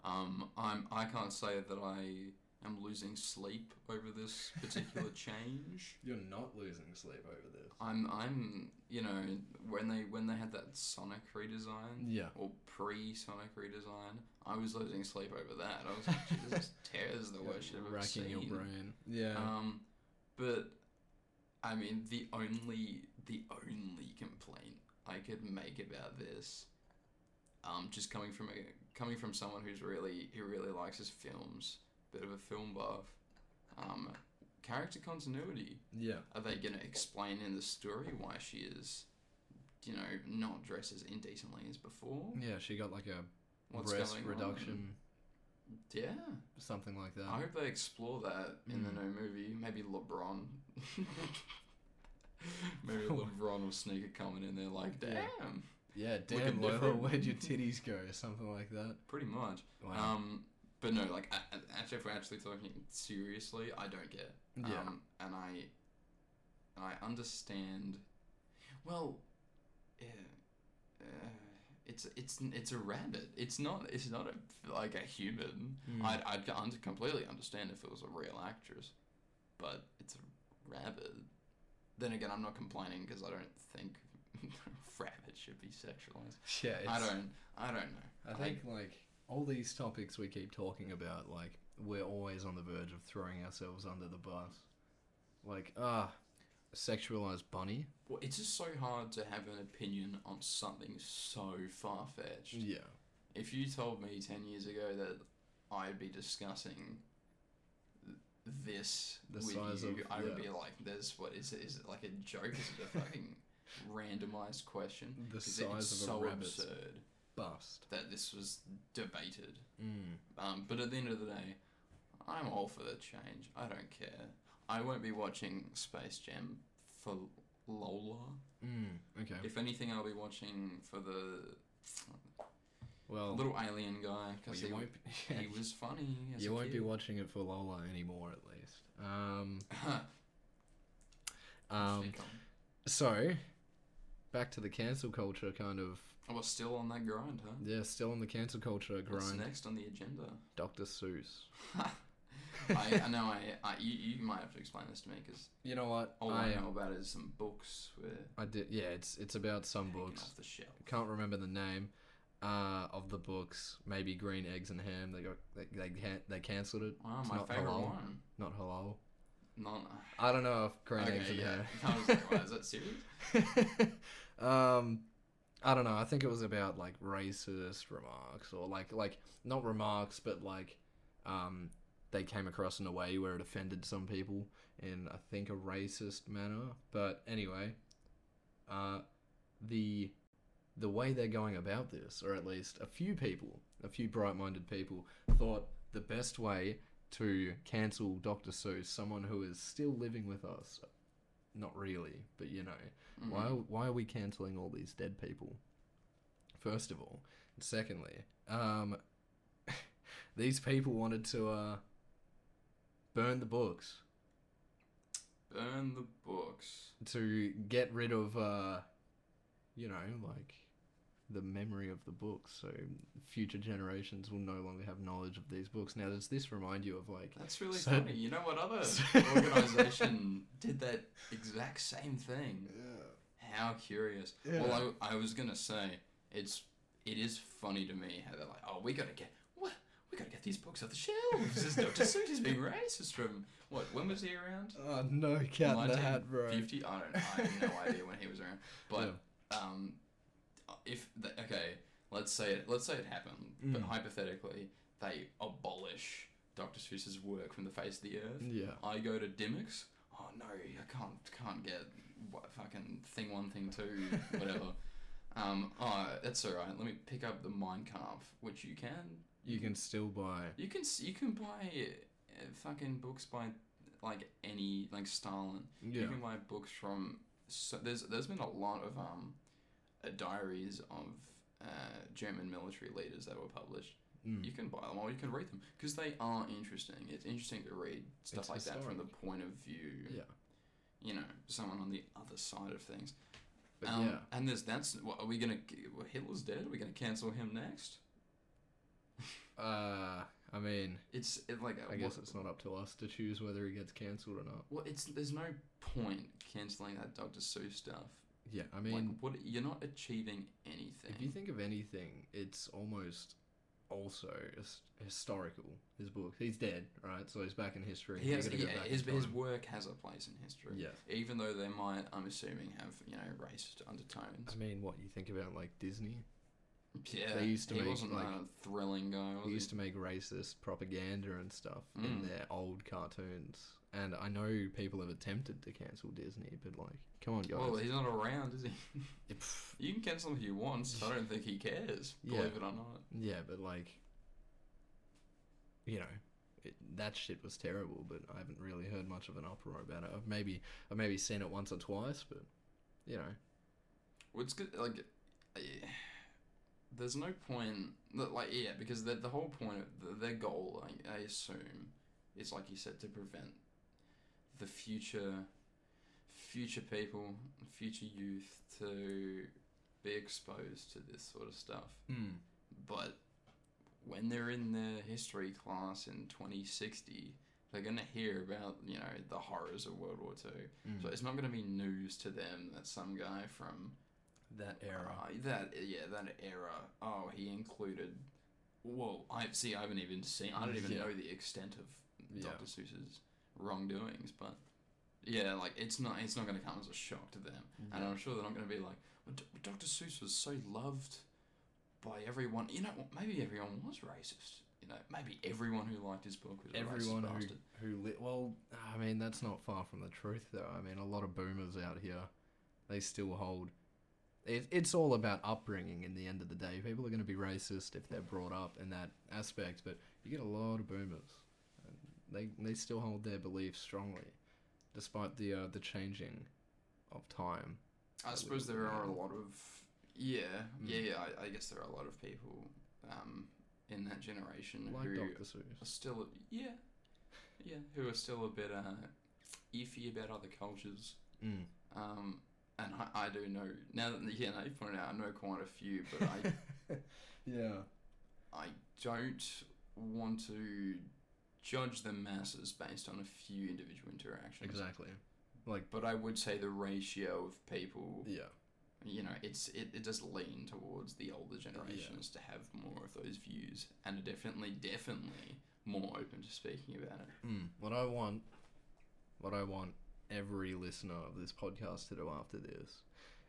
Speaker 2: Um, I'm I can't say that I am losing sleep over this
Speaker 1: [LAUGHS]
Speaker 2: particular change.
Speaker 1: You're not losing sleep over this.
Speaker 2: I'm I'm you know when they when they had that Sonic redesign
Speaker 1: Yeah.
Speaker 2: or pre Sonic redesign, I was losing sleep over that. I was
Speaker 1: [LAUGHS]
Speaker 2: like, this tears the worst shit I've ever
Speaker 1: Racking
Speaker 2: seen.
Speaker 1: your brain. Yeah.
Speaker 2: Um, but I mean, the only the only complaint I could make about this, um, just coming from a coming from someone who's really who really likes his films, bit of a film buff, um, character continuity.
Speaker 1: yeah.
Speaker 2: Are they gonna explain in the story why she is, you know, not dressed as indecently as before?
Speaker 1: Yeah. She got like a
Speaker 2: What's
Speaker 1: breast
Speaker 2: going on?
Speaker 1: reduction,
Speaker 2: Yeah.
Speaker 1: something like that.
Speaker 2: I hope they explore that in the
Speaker 1: Mm.
Speaker 2: new movie. Maybe
Speaker 1: [LAUGHS]
Speaker 2: LeBron. Maybe LeBron will sneak a comment in there like, damn.
Speaker 1: Yeah. Yeah,
Speaker 2: Looking
Speaker 1: damn Lola, [LAUGHS]
Speaker 2: different.
Speaker 1: where'd your titties go? Something like that.
Speaker 2: Pretty much.
Speaker 1: Wow.
Speaker 2: Um, but no, like, a- a- actually, if we're actually talking seriously, I don't get.
Speaker 1: yeah.
Speaker 2: Um, and I, and I understand. Well, yeah, uh, it's it's it's a rabbit. It's not it's not a, like a human.
Speaker 1: Mm.
Speaker 2: I'd, I'd un- completely understand if it was a real actress, but it's a rabbit. Then again, I'm not complaining because I don't think [LAUGHS] rabbit should be sexualized.
Speaker 1: yeah, it's,
Speaker 2: I don't. I don't know.
Speaker 1: I think like all these topics we keep talking about, like we're always on the verge of throwing ourselves under the bus. Like ah, sexualized bunny.
Speaker 2: well, it's just so hard to have an opinion on something so far fetched.
Speaker 1: Yeah.
Speaker 2: If you told me ten years ago that I'd be discussing th- this
Speaker 1: The
Speaker 2: with
Speaker 1: size
Speaker 2: you,
Speaker 1: of-
Speaker 2: I would
Speaker 1: yeah.
Speaker 2: be like, "There's what is it? Is it like a joke? Is it
Speaker 1: [LAUGHS]
Speaker 2: a fucking randomized question?"
Speaker 1: The
Speaker 2: 'Cause
Speaker 1: size
Speaker 2: it-
Speaker 1: of a
Speaker 2: it's so
Speaker 1: rabbit's
Speaker 2: absurd
Speaker 1: bust.
Speaker 2: that this was debated.
Speaker 1: Mm.
Speaker 2: Um, but at the end of the day, I'm all for the change. I don't care. I won't be watching Space Jam for Lola.
Speaker 1: Mm. Okay.
Speaker 2: If anything, I'll be watching for the
Speaker 1: well,
Speaker 2: little alien
Speaker 1: Oh.
Speaker 2: guy
Speaker 1: well,
Speaker 2: because
Speaker 1: you
Speaker 2: he,
Speaker 1: won't. Be, [LAUGHS]
Speaker 2: [LAUGHS] he was funny. As
Speaker 1: you
Speaker 2: a
Speaker 1: won't be
Speaker 2: kid.
Speaker 1: watching it for Lola anymore, at least.
Speaker 2: [LAUGHS]
Speaker 1: Um.
Speaker 2: I
Speaker 1: Um.
Speaker 2: think I'm-
Speaker 1: So, back to the cancel culture, kind of.
Speaker 2: I was still on that grind, huh?
Speaker 1: Yeah, still on the cancel culture
Speaker 2: What's
Speaker 1: grind.
Speaker 2: next on the agenda?
Speaker 1: Dr. Seuss.
Speaker 2: I, I know. I, I you, you might have to explain this to me because
Speaker 1: You know what?
Speaker 2: all I,
Speaker 1: Oh, I,
Speaker 2: know about is some books were
Speaker 1: I did. Yeah, it's it's about some
Speaker 2: taken
Speaker 1: books.
Speaker 2: off the shelf.
Speaker 1: Can't remember the name uh, of the books. Maybe Green Eggs and Ham. They got they they, can, they cancelled it.
Speaker 2: Wow,
Speaker 1: It's
Speaker 2: my
Speaker 1: not
Speaker 2: favorite
Speaker 1: halal.
Speaker 2: one.
Speaker 1: Not halal.
Speaker 2: Not
Speaker 1: I don't know if Green Eggs and
Speaker 2: yeah.
Speaker 1: Ham.
Speaker 2: I
Speaker 1: [LAUGHS]
Speaker 2: was like, wow, is [LAUGHS] that serious?
Speaker 1: um, I don't know. I think it was about like racist remarks or like like not remarks, but like um, they came across in a way where it offended some people in I think a racist manner. But anyway, uh, the the way they're going about this, or at least a few people, a few bright-minded people, thought the best way to cancel Dr. Seuss, someone who is still living with us, not really, but you know,
Speaker 2: Mm.
Speaker 1: why, why are we cancelling all these dead people? First of all. And secondly, um, [LAUGHS] these people wanted to uh, burn the books
Speaker 2: Burn the books.
Speaker 1: to get rid of, uh, you know, like the memory of the books. So future generations will no longer have knowledge of these books. Now, does this remind you of like.
Speaker 2: That's
Speaker 1: [LAUGHS]
Speaker 2: really
Speaker 1: So-
Speaker 2: funny. You know what other organization did that exact same thing? How curious. Well, I, I was gonna say it's it is funny to me how they're like, oh, we gotta get what we gotta get these books off the shelves.
Speaker 1: [LAUGHS]
Speaker 2: This Doctor Seuss is being racist from what? When was he around?
Speaker 1: Oh, no cat in the hat, bro.
Speaker 2: 1950? I don't know. I have no idea when he
Speaker 1: [LAUGHS]
Speaker 2: was around. But um, if the, okay, let's say it, let's say it happened, but
Speaker 1: Mm.
Speaker 2: hypothetically they abolish Dr. Seuss's work from the face of the earth.
Speaker 1: Yeah.
Speaker 2: I go to Dimmicks.
Speaker 1: [LAUGHS]
Speaker 2: Oh no, I can't can't get what, fucking thing one, thing two, whatever. Um, oh, it's alright. Let me pick up the Mein Kampf, which you can.
Speaker 1: You can still buy.
Speaker 2: You can s- you can buy uh, fucking books by like any like Stalin.
Speaker 1: Yeah.
Speaker 2: You can buy books from so there's there's been a lot of um uh, diaries of uh, German military leaders that were published.
Speaker 1: Mm.
Speaker 2: You can buy them or you can read them because they are interesting. It's interesting to read stuff
Speaker 1: It's
Speaker 2: like that from the point of view.
Speaker 1: Yeah.
Speaker 2: You know, someone on the other side of things.
Speaker 1: But
Speaker 2: Um,
Speaker 1: yeah.
Speaker 2: And there's that's what, are we gonna g- well, Hitler's dead? Are we gonna cancel him next?
Speaker 1: Uh, I mean,
Speaker 2: It's it, like uh,
Speaker 1: I guess
Speaker 2: what-
Speaker 1: it's not up to us to choose whether he gets cancelled or not.
Speaker 2: Well, it's there's no point canceling that Dr. Seuss stuff.
Speaker 1: Yeah, I
Speaker 2: I mean,
Speaker 1: mean,
Speaker 2: what you're not achieving anything.
Speaker 1: if you think of anything, it's almost also his- historical. His book, he's dead, right? So he's back in history.
Speaker 2: he
Speaker 1: You
Speaker 2: has,
Speaker 1: gotta
Speaker 2: yeah,
Speaker 1: go back in
Speaker 2: his, his
Speaker 1: time.
Speaker 2: work has a place in history.
Speaker 1: yeah.
Speaker 2: Even though they might, I'm assuming, have you know racist undertones.
Speaker 1: I mean, what you think about like Disney?
Speaker 2: Yeah,
Speaker 1: they used to
Speaker 2: he
Speaker 1: make,
Speaker 2: wasn't
Speaker 1: like-
Speaker 2: a thrilling guy. Was
Speaker 1: He used to make racist propaganda and stuff in
Speaker 2: Mm.
Speaker 1: their old cartoons. And I know people have attempted to cancel Disney, but like, come on, guys.
Speaker 2: Well, he's not around, is he?
Speaker 1: It- pff,
Speaker 2: you can cancel him if you want. so I don't think he cares.
Speaker 1: Yeah.
Speaker 2: Believe it or not.
Speaker 1: yeah, but like, you know, it, that shit was terrible. But I haven't really heard much of an uproar about it. I've maybe I've maybe seen it once or twice, but you know,
Speaker 2: Well, it's good. Like, eh, there's no point. that, Like, yeah, because the the whole point of the, their goal, I, I assume, is like you said to prevent the future, future people, future youth to be exposed to this sort of stuff. But when they're in their history class in 2060, they're gonna hear about you know the horrors of World War Two.
Speaker 1: Mm.
Speaker 2: So it's not gonna be news to them that some guy from
Speaker 1: that era.
Speaker 2: uh, that yeah, that era. Oh, he included. Whoa, I see. I haven't even seen. I don't even
Speaker 1: Yeah.
Speaker 2: know the extent of
Speaker 1: Yeah.
Speaker 2: Dr. Seuss's wrongdoings, but yeah, like it's not. It's not going to come as a shock to them, and I'm sure they're not going to be like, well, D- Dr. Seuss was so loved by everyone. You know, what, maybe everyone was racist. You know, maybe everyone who liked his book was
Speaker 1: Everyone
Speaker 2: a racist
Speaker 1: who
Speaker 2: bastard.
Speaker 1: who li- well, I mean, that's not far from the truth, though. I mean, a lot of boomers out here, they still hold. It, it's all about upbringing. In the end of the day, people are going to be racist if they're brought up in that aspect. But you get a lot of boomers, and they they still hold their beliefs strongly, despite the uh, the changing of time.
Speaker 2: I
Speaker 1: that
Speaker 2: suppose
Speaker 1: we-
Speaker 2: there are a lot of yeah,
Speaker 1: Mm.
Speaker 2: yeah, yeah. I, I guess there are a lot of people um, in that generation
Speaker 1: Like
Speaker 2: who
Speaker 1: Doctor Seuss.
Speaker 2: are still yeah, yeah, who are still a bit uh, iffy about other cultures.
Speaker 1: Mm.
Speaker 2: Um, and I, I do know now that yeah, now you pointed out, I know quite a few, but
Speaker 1: [LAUGHS]
Speaker 2: I
Speaker 1: yeah.
Speaker 2: I don't want to judge the masses based on a few individual interactions.
Speaker 1: Exactly. Like
Speaker 2: But I would say the ratio of people
Speaker 1: yeah.
Speaker 2: you know, it's it, it does lean towards the older generations to have more of those views and are definitely, definitely more open to speaking about it.
Speaker 1: Mm. What I want, what I want every listener of this podcast to do after this,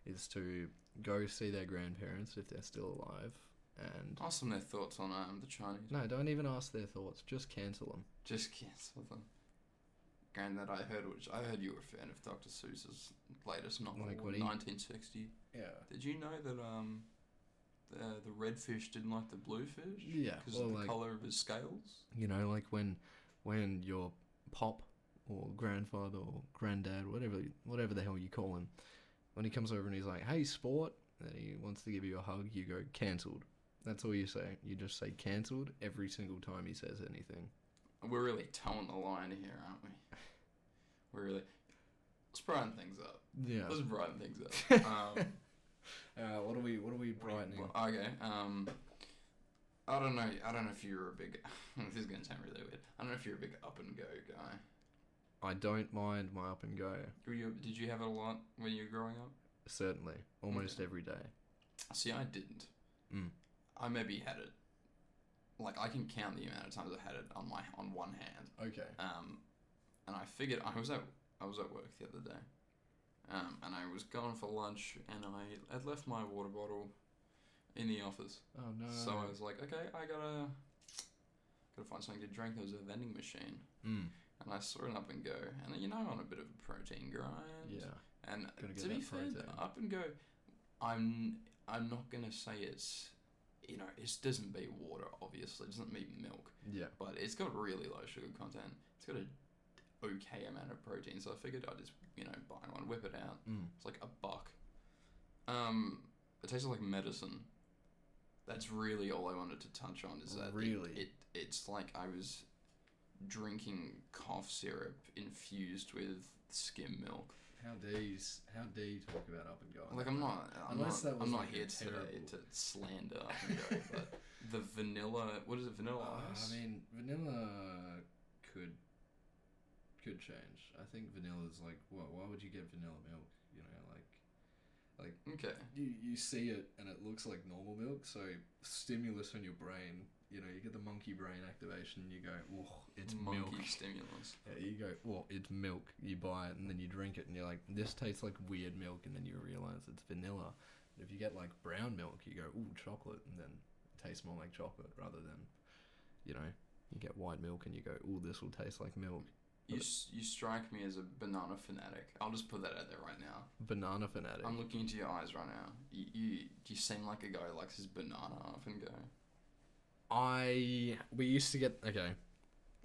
Speaker 1: is to go see their grandparents if they're still alive, and
Speaker 2: Ask them their thoughts on um, the Chinese.
Speaker 1: no, don't even ask their thoughts. Just cancel them.
Speaker 2: Just cancel them. Granddad, I heard which I heard you were a fan of Dr. Seuss's latest novel,
Speaker 1: Like what he-
Speaker 2: 1960.
Speaker 1: Yeah.
Speaker 2: Did you know that um, the, the redfish didn't like the bluefish?
Speaker 1: Yeah,
Speaker 2: Because
Speaker 1: well,
Speaker 2: of the
Speaker 1: like-
Speaker 2: color of his scales?
Speaker 1: You know, like when, when your pop or grandfather or granddad, whatever, whatever the hell you call him, when he comes over and he's like, "Hey, sport," and he wants to give you a hug, you go cancelled. That's all you say. You just say cancelled every single time he says anything.
Speaker 2: We're really towing the line here, aren't
Speaker 1: [LAUGHS]
Speaker 2: we? We're really. Let's brighten things up.
Speaker 1: Yeah.
Speaker 2: Let's brighten things
Speaker 1: [LAUGHS]
Speaker 2: up. Um,
Speaker 1: Uh, what are we? What are we brightening?
Speaker 2: well, okay. Um, I don't know. I don't know if you're a big. [LAUGHS] this is gonna sound really weird. I don't know if you're a big up and go guy.
Speaker 1: I don't mind my up and go.
Speaker 2: Were you? Did you have it a lot when you were growing up?
Speaker 1: Certainly, almost
Speaker 2: Okay.
Speaker 1: every day.
Speaker 2: See, I didn't.
Speaker 1: Mm.
Speaker 2: I maybe had it. Like I can count the amount of times I had it on my on one hand.
Speaker 1: Okay.
Speaker 2: Um, and I figured I was at I was at work the other day, um, and I was gone for lunch, and I had left my water bottle in the office.
Speaker 1: Oh no.
Speaker 2: So I was like, okay, I gotta gotta find something to drink. There was a vending machine,
Speaker 1: mm.
Speaker 2: and I saw an up and go, and then, you know, I'm on a bit of a protein grind.
Speaker 1: Yeah.
Speaker 2: And
Speaker 1: Gotta get
Speaker 2: to be
Speaker 1: that
Speaker 2: fair,
Speaker 1: protein.
Speaker 2: up and go, I'm I'm not gonna say it's, you know, it doesn't beat water. Obviously, it doesn't beat milk,
Speaker 1: Yeah.
Speaker 2: but it's got really low sugar content. It's got a okay amount of protein, so I figured I'd just you know buy one, whip it out.
Speaker 1: Mm.
Speaker 2: It's like a buck. Um, it tastes like medicine. That's really all I wanted to touch on. Is that it-
Speaker 1: Really?
Speaker 2: It, it's like I was drinking cough syrup infused with skim milk.
Speaker 1: How dare you? s- How dare you talk about up and going? [LAUGHS]
Speaker 2: Like
Speaker 1: that
Speaker 2: I'm
Speaker 1: way?
Speaker 2: not. I'm
Speaker 1: Oh, Unless
Speaker 2: not.
Speaker 1: that was
Speaker 2: I'm not
Speaker 1: like a
Speaker 2: here today
Speaker 1: terrible-
Speaker 2: to slander. up and go,
Speaker 1: [LAUGHS]
Speaker 2: but the vanilla. What is it? Vanilla
Speaker 1: Uh,
Speaker 2: ice.
Speaker 1: I mean, vanilla could could change. I think vanilla is like, what? Why would you get vanilla milk? You know, like
Speaker 2: okay.
Speaker 1: you you see it and it looks like normal milk. So stimulus on your brain. You know, you get the monkey brain activation. You go, oh, it's
Speaker 2: monkey
Speaker 1: milk.
Speaker 2: stimulus.
Speaker 1: Yeah, you go, well, it's milk. You buy it and then you drink it and you're like, this tastes like weird milk. And then you realize it's vanilla. And if you get like brown milk, you go, ooh, chocolate. And then it tastes more like chocolate rather than, you know, you get white milk and you go, ooh, this will taste like milk.
Speaker 2: You s- you strike me as a banana fanatic. I'll just put that out there right now.
Speaker 1: Banana fanatic.
Speaker 2: I'm looking into your eyes right now. You, you you seem like a guy who likes his banana up and go.
Speaker 1: I we used to get okay,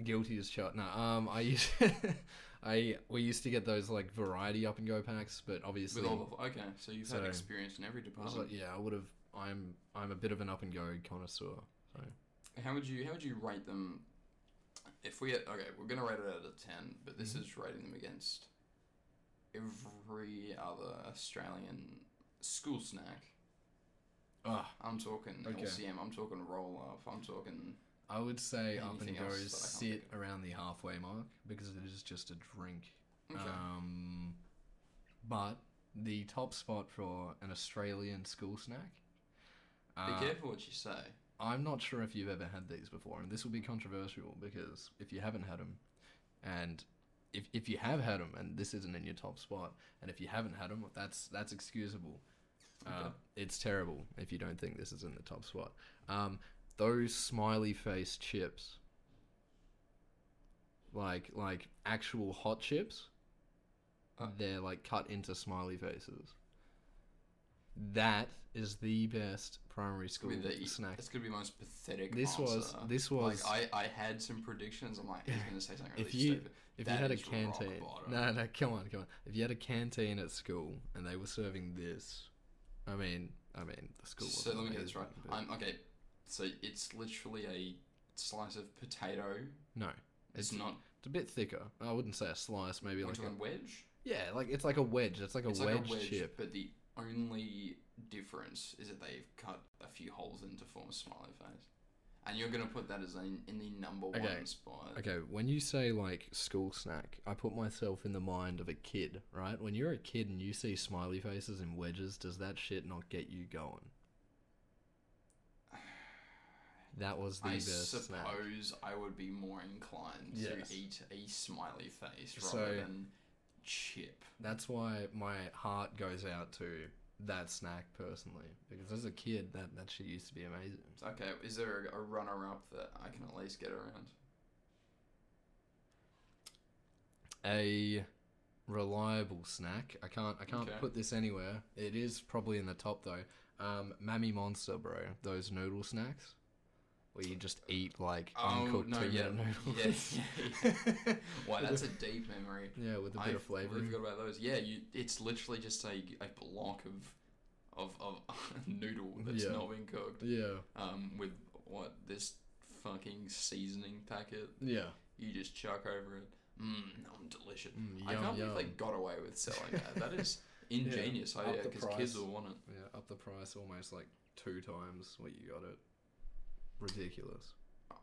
Speaker 1: guilty as charged. No, um, I used [LAUGHS] I we used to get those like variety up and go packs, but obviously
Speaker 2: With all of, okay, so you've
Speaker 1: So-
Speaker 2: had experience in every
Speaker 1: I was
Speaker 2: department.
Speaker 1: like, yeah, I would have. I'm I'm a bit of an up and go connoisseur.
Speaker 2: how would you how would you rate them? If we had, okay, we're gonna rate it out of ten, but this
Speaker 1: Mhm.
Speaker 2: is rating them against every other Australian school snack.
Speaker 1: Ah,
Speaker 2: I'm talking
Speaker 1: Okay.
Speaker 2: LCM. I'm talking roll up. I'm talking
Speaker 1: I would say up and
Speaker 2: Anything
Speaker 1: go
Speaker 2: else
Speaker 1: is
Speaker 2: that I can't
Speaker 1: sit
Speaker 2: think
Speaker 1: around the halfway mark because it is just a drink.
Speaker 2: okay.
Speaker 1: Um, but the top spot for an Australian school snack.
Speaker 2: Be
Speaker 1: uh,
Speaker 2: careful what you say.
Speaker 1: I'm not sure if you've ever had these before, and this will be controversial because if you haven't had them, and if, if you have had them and this isn't in your top spot, and if you haven't had them, that's that's excusable. Uh,
Speaker 2: Okay.
Speaker 1: it's terrible if you don't think this is in the top spot. Um, those smiley face chips, like like actual hot chips,
Speaker 2: Uh.
Speaker 1: they're like cut into smiley faces. That is the best primary school
Speaker 2: With the- e-
Speaker 1: snack.
Speaker 2: It's gonna be the most pathetic.
Speaker 1: This was
Speaker 2: answer.
Speaker 1: this was
Speaker 2: Oh, Like I, I had some predictions. I'm like, he's gonna say something really
Speaker 1: If you-
Speaker 2: stupid.
Speaker 1: if you
Speaker 2: that
Speaker 1: had a
Speaker 2: is rock
Speaker 1: canteen.
Speaker 2: bottom.
Speaker 1: No, no, come on, come on. If you had a canteen at school and they were serving this, I mean, I mean, the school.
Speaker 2: So
Speaker 1: wasn't
Speaker 2: let me get this
Speaker 1: amazing,
Speaker 2: right.
Speaker 1: but-
Speaker 2: I'm okay. So it's literally a slice of potato.
Speaker 1: no,
Speaker 2: It's,
Speaker 1: it's,
Speaker 2: not
Speaker 1: it's a bit thicker. I wouldn't say a slice, maybe
Speaker 2: which
Speaker 1: like a,
Speaker 2: one wedge.
Speaker 1: yeah, like it's like a wedge. It's like a,
Speaker 2: it's
Speaker 1: wedge,
Speaker 2: like a wedge,
Speaker 1: chip.
Speaker 2: but the only difference is that they've cut a few holes in to form a smiley face. And you're gonna put that as in, in the number one
Speaker 1: Okay.
Speaker 2: spot.
Speaker 1: Okay, when you say like school snack, I put myself in the mind of a kid, right? When you're a kid and you see smiley faces and wedges, does that shit not get you going? That was the
Speaker 2: I
Speaker 1: best
Speaker 2: suppose
Speaker 1: snack.
Speaker 2: I would be more inclined
Speaker 1: Yes.
Speaker 2: to eat a smiley face
Speaker 1: So-
Speaker 2: rather than chip.
Speaker 1: That's why my heart goes out to that snack personally, because as a kid, that that shit used to be amazing.
Speaker 2: Okay, is there a, a runner up that I can at least get around?
Speaker 1: A reliable snack. I can't I can't
Speaker 2: Okay.
Speaker 1: put this anywhere. It is probably in the top though. Um, Mammy Monster, bro. Those noodle snacks, where you just eat like
Speaker 2: Oh,
Speaker 1: uncooked two minute noodles.
Speaker 2: yeah, yeah. wow, that's a deep memory.
Speaker 1: [LAUGHS] yeah, with a bit
Speaker 2: I
Speaker 1: of flavor.
Speaker 2: really forgot about those. Yeah, you. It's literally just a, a block of of of [LAUGHS] noodle that's
Speaker 1: Yeah.
Speaker 2: not been cooked.
Speaker 1: Yeah,
Speaker 2: Um, with what this fucking seasoning packet,
Speaker 1: yeah.
Speaker 2: you just chuck over it. Mmm, I'm delicious.
Speaker 1: Mm,
Speaker 2: I
Speaker 1: yum,
Speaker 2: can't believe they
Speaker 1: yum.
Speaker 2: got away with selling that.
Speaker 1: [LAUGHS]
Speaker 2: That is ingenious. Oh
Speaker 1: Up
Speaker 2: yeah,
Speaker 1: the
Speaker 2: because kids
Speaker 1: price.
Speaker 2: will want it.
Speaker 1: Yeah, up the price almost like two times what you got it. Ridiculous.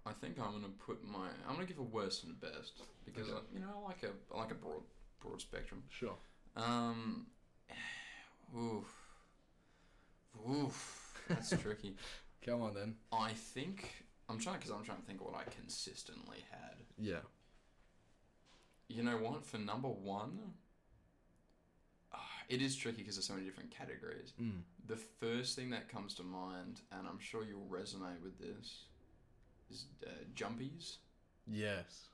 Speaker 2: I think I'm gonna put my. I'm gonna give a worst and a best because
Speaker 1: Okay.
Speaker 2: uh, you know I like a I like a broad broad spectrum.
Speaker 1: Sure.
Speaker 2: Um, [SIGHS] oof, oof, that's tricky.
Speaker 1: Come on then.
Speaker 2: I think I'm trying because I'm trying to think of what I consistently had.
Speaker 1: Yeah.
Speaker 2: You know what? For number one, ah, it is tricky because there's so many different categories.
Speaker 1: Mm.
Speaker 2: The first thing that comes to mind, and I'm sure you'll resonate with this, is uh, jumpies.
Speaker 1: Yes.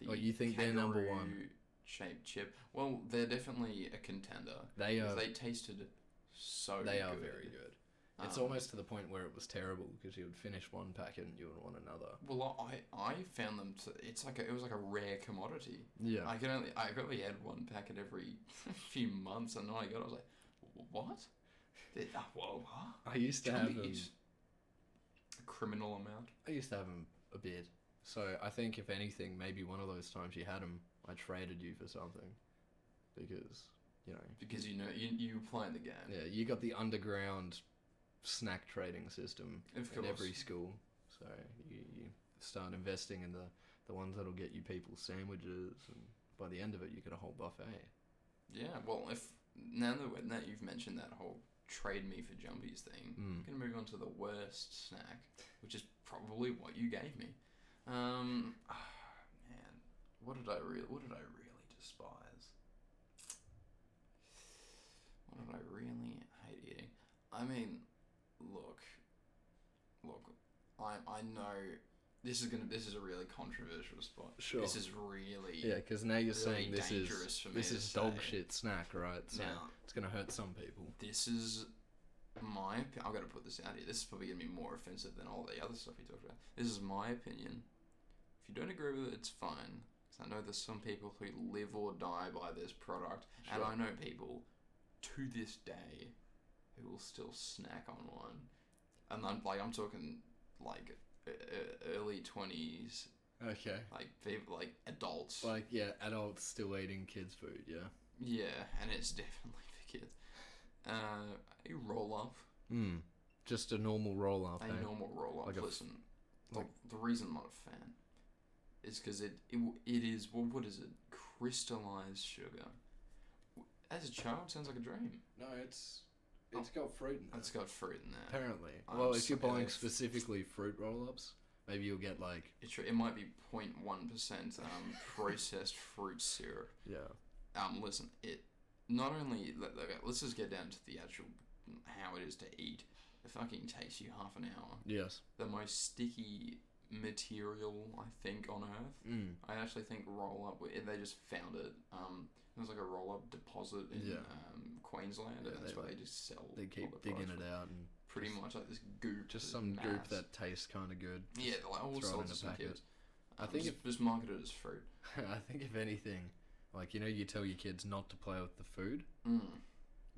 Speaker 2: The
Speaker 1: Oh, you think they're number one?
Speaker 2: kangaroo Shaped chip. Well, they're definitely a contender.
Speaker 1: They
Speaker 2: 'cause
Speaker 1: are.
Speaker 2: They tasted so.
Speaker 1: They are
Speaker 2: good.
Speaker 1: very good. It's
Speaker 2: Um,
Speaker 1: almost to the point where it was terrible because you would finish one packet and you would want another.
Speaker 2: Well, I I found them. To, it's like a, it was like a rare commodity.
Speaker 1: Yeah.
Speaker 2: I can only I only had one packet every [LAUGHS] few months, and all I got I was like, "Wh- what? Did- uh, Whoa, huh?
Speaker 1: I used to have them.
Speaker 2: Chumbies. A criminal amount.
Speaker 1: I used to have them a bit. So I think if anything, maybe one of those times you had them, I traded you for something, because you know,
Speaker 2: because you know you you were playing the game.
Speaker 1: yeah, you got the underground snack trading system
Speaker 2: Of
Speaker 1: in
Speaker 2: course.
Speaker 1: every school. So you, you start investing in the the ones that'll get you people sandwiches, and by the end of it, you get a whole buffet.
Speaker 2: Yeah. Well, if now that, now that you've mentioned that whole trade me for jumbies thing,
Speaker 1: Mm.
Speaker 2: I'm gonna move on to the worst snack, which is probably what you gave me. Um, man, what did I really what did I really despise? What did I really hate eating? I mean, look, look, I I know this is gonna this is a really controversial spot.
Speaker 1: Sure.
Speaker 2: This is really
Speaker 1: Yeah, because now you're
Speaker 2: really
Speaker 1: saying this
Speaker 2: dangerous
Speaker 1: is
Speaker 2: for me
Speaker 1: this
Speaker 2: to
Speaker 1: is dog
Speaker 2: say.
Speaker 1: shit snack, right? So
Speaker 2: Now,
Speaker 1: it's gonna hurt some people.
Speaker 2: this is my opinion. I've got to put this out here. This is probably going to be more offensive than all the other stuff we talked about. This is my opinion. If you don't agree with it, it's fine. 'Cause I know there's some people who live or die by this product, and
Speaker 1: Sure.
Speaker 2: I know people to this day who will still snack on one. And I'm like, I'm talking like e- e- early twenties,
Speaker 1: Okay.
Speaker 2: like people, like adults.
Speaker 1: Like yeah, adults still eating kids' food. Yeah.
Speaker 2: yeah, and it's [LAUGHS] definitely for kids. Uh, a roll up.
Speaker 1: Hmm. Just a normal roll up.
Speaker 2: a
Speaker 1: eh?
Speaker 2: normal roll up.
Speaker 1: Like a f-
Speaker 2: Listen, the-
Speaker 1: like-
Speaker 2: the reason I'm not a fan is because it, it w- it is what what is it? Crystallized sugar. W- As a child, sounds like a dream.
Speaker 1: No, it's it's got fruit in it.
Speaker 2: It's got fruit in there.
Speaker 1: Apparently.
Speaker 2: I'm
Speaker 1: well, if you're
Speaker 2: sorry,
Speaker 1: buying
Speaker 2: that's-
Speaker 1: specifically fruit roll ups, maybe you'll get like
Speaker 2: It, it might be 0.1
Speaker 1: [LAUGHS]
Speaker 2: percent um, processed fruit syrup.
Speaker 1: yeah.
Speaker 2: Um, listen, it not only let- okay, let's just get down to the actual how it is to eat. It fucking takes you half an hour.
Speaker 1: Yes.
Speaker 2: The most sticky material I think on earth.
Speaker 1: Mm.
Speaker 2: I actually think roll up. They just found it. Um, it was like a roll up deposit in
Speaker 1: Yeah.
Speaker 2: um, Queensland,
Speaker 1: Yeah,
Speaker 2: and that's
Speaker 1: they,
Speaker 2: where
Speaker 1: like-
Speaker 2: they just sell.
Speaker 1: They
Speaker 2: all
Speaker 1: keep
Speaker 2: the
Speaker 1: digging
Speaker 2: products
Speaker 1: it
Speaker 2: from.
Speaker 1: out and
Speaker 2: Pretty
Speaker 1: just-
Speaker 2: much like this goop.
Speaker 1: just
Speaker 2: this
Speaker 1: some goop
Speaker 2: mass.
Speaker 1: that tastes kind of good.
Speaker 2: Yeah,
Speaker 1: Just-
Speaker 2: like "Oh, all
Speaker 1: throw it in
Speaker 2: sorts
Speaker 1: a
Speaker 2: of stuff.
Speaker 1: packet. I
Speaker 2: I
Speaker 1: think
Speaker 2: think just, just market it as fruit.
Speaker 1: [LAUGHS] I think if anything, like you know, you tell your kids not to play with the food,
Speaker 2: Mm.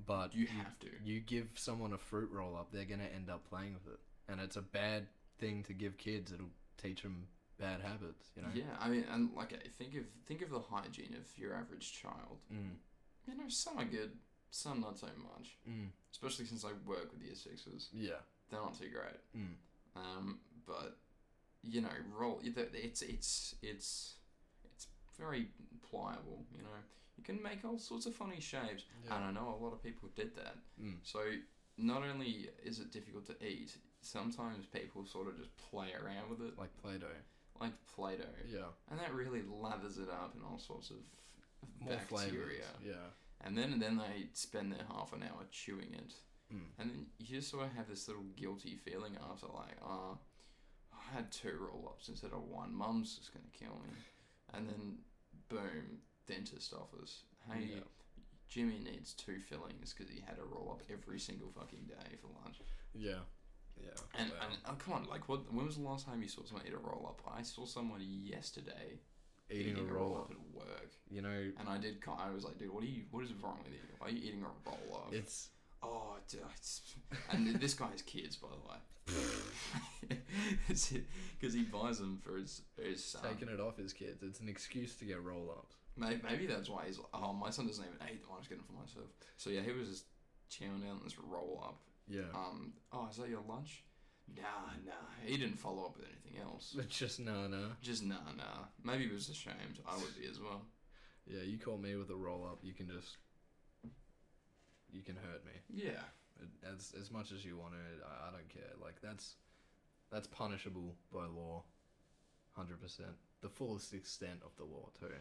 Speaker 1: but
Speaker 2: You have to.
Speaker 1: you give someone a fruit roll up, they're gonna end up playing with it, and it's a bad thing to give kids. It'll teach them bad habits. You know.
Speaker 2: Yeah, I mean, and like I think of think of the hygiene of your average child.
Speaker 1: Mm,
Speaker 2: You know, some are good, some not so much.
Speaker 1: mm,
Speaker 2: Especially since I work with year sixes,
Speaker 1: yeah.
Speaker 2: they're not too great.
Speaker 1: Mm.
Speaker 2: Um, but you know, roll. it- it- It's it's it's it's very pliable. You know, you can make all sorts of funny shapes, and I know a lot of people did that.
Speaker 1: Mm.
Speaker 2: So not only is it difficult to eat, sometimes people sort of just play around with it,
Speaker 1: Like Play-Doh.
Speaker 2: like Play-Doh,
Speaker 1: Yeah.
Speaker 2: and that really lathers it up in all sorts of
Speaker 1: More
Speaker 2: bacteria.
Speaker 1: flavors. Yeah.
Speaker 2: And then then they spend their half an hour chewing it.
Speaker 1: Mm.
Speaker 2: And then you just sort of have this little guilty feeling after, like, oh, I had two roll ups instead of one. Mum's just going to kill me. And then, boom, dentist office. Hey,
Speaker 1: Yeah.
Speaker 2: Jimmy needs two fillings because he had a roll up every single fucking day for lunch.
Speaker 1: Yeah. Yeah.
Speaker 2: And,
Speaker 1: Wow.
Speaker 2: and oh, come on, like, what? when was the last time you saw someone eat a roll up? I saw someone yesterday
Speaker 1: eating, a roll up.
Speaker 2: at work.
Speaker 1: You know,
Speaker 2: And I did, ki- I was like, dude, what are you, what is wrong with you? Why are you eating a roll up? [LAUGHS]
Speaker 1: it's
Speaker 2: Oh, dude, it's, and this guy has kids, by [LAUGHS] the way. Because he buys them for his, his son.
Speaker 1: taking it off his kids. It's an excuse to get roll ups.
Speaker 2: Maybe, maybe that's why he's like, oh, my son doesn't even eat them. I'm just getting them for myself. So, yeah, he was just chowing down this roll up.
Speaker 1: Yeah.
Speaker 2: Um, oh, is that your lunch? Nah, nah. He didn't follow up with anything else.
Speaker 1: [LAUGHS] It's just no, no.
Speaker 2: Just nah, nah. Maybe he was ashamed. I would be as well.
Speaker 1: Yeah, you call me with a roll up, you can just you can hurt me
Speaker 2: Yeah.
Speaker 1: as as much as you want to. I, I don't care. Like that's that's punishable by law, hundred percent. The fullest extent of the law too.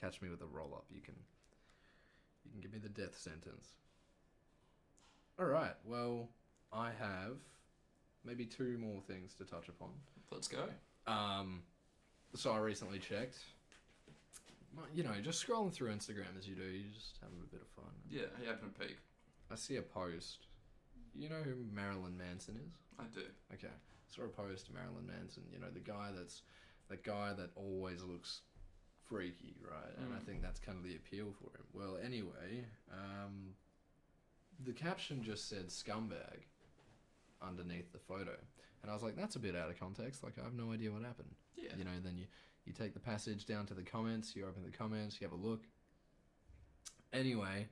Speaker 1: Catch me with a roll up, you can you can give me the death sentence. All right. Well, I have maybe two more things to touch upon.
Speaker 2: Let's go.
Speaker 1: Um, so I recently checked. My- You know, just scrolling through Instagram as you do, you just having a bit of fun.
Speaker 2: Yeah, he having a peek.
Speaker 1: I see a post you know who Marilyn Manson is?
Speaker 2: I do.
Speaker 1: Okay. Saw a post to Marilyn Manson, you know, the guy that's the guy that always looks freaky, right? And I
Speaker 2: Mm.
Speaker 1: think that's kind of the appeal for him. Well, anyway, um, the caption just said scumbag underneath the photo. And I was like, that's a bit out of context. Like, I have no idea what happened.
Speaker 2: Yeah.
Speaker 1: You know, then you, you take the passage down to the comments, you open the comments, you have a look. Anyway,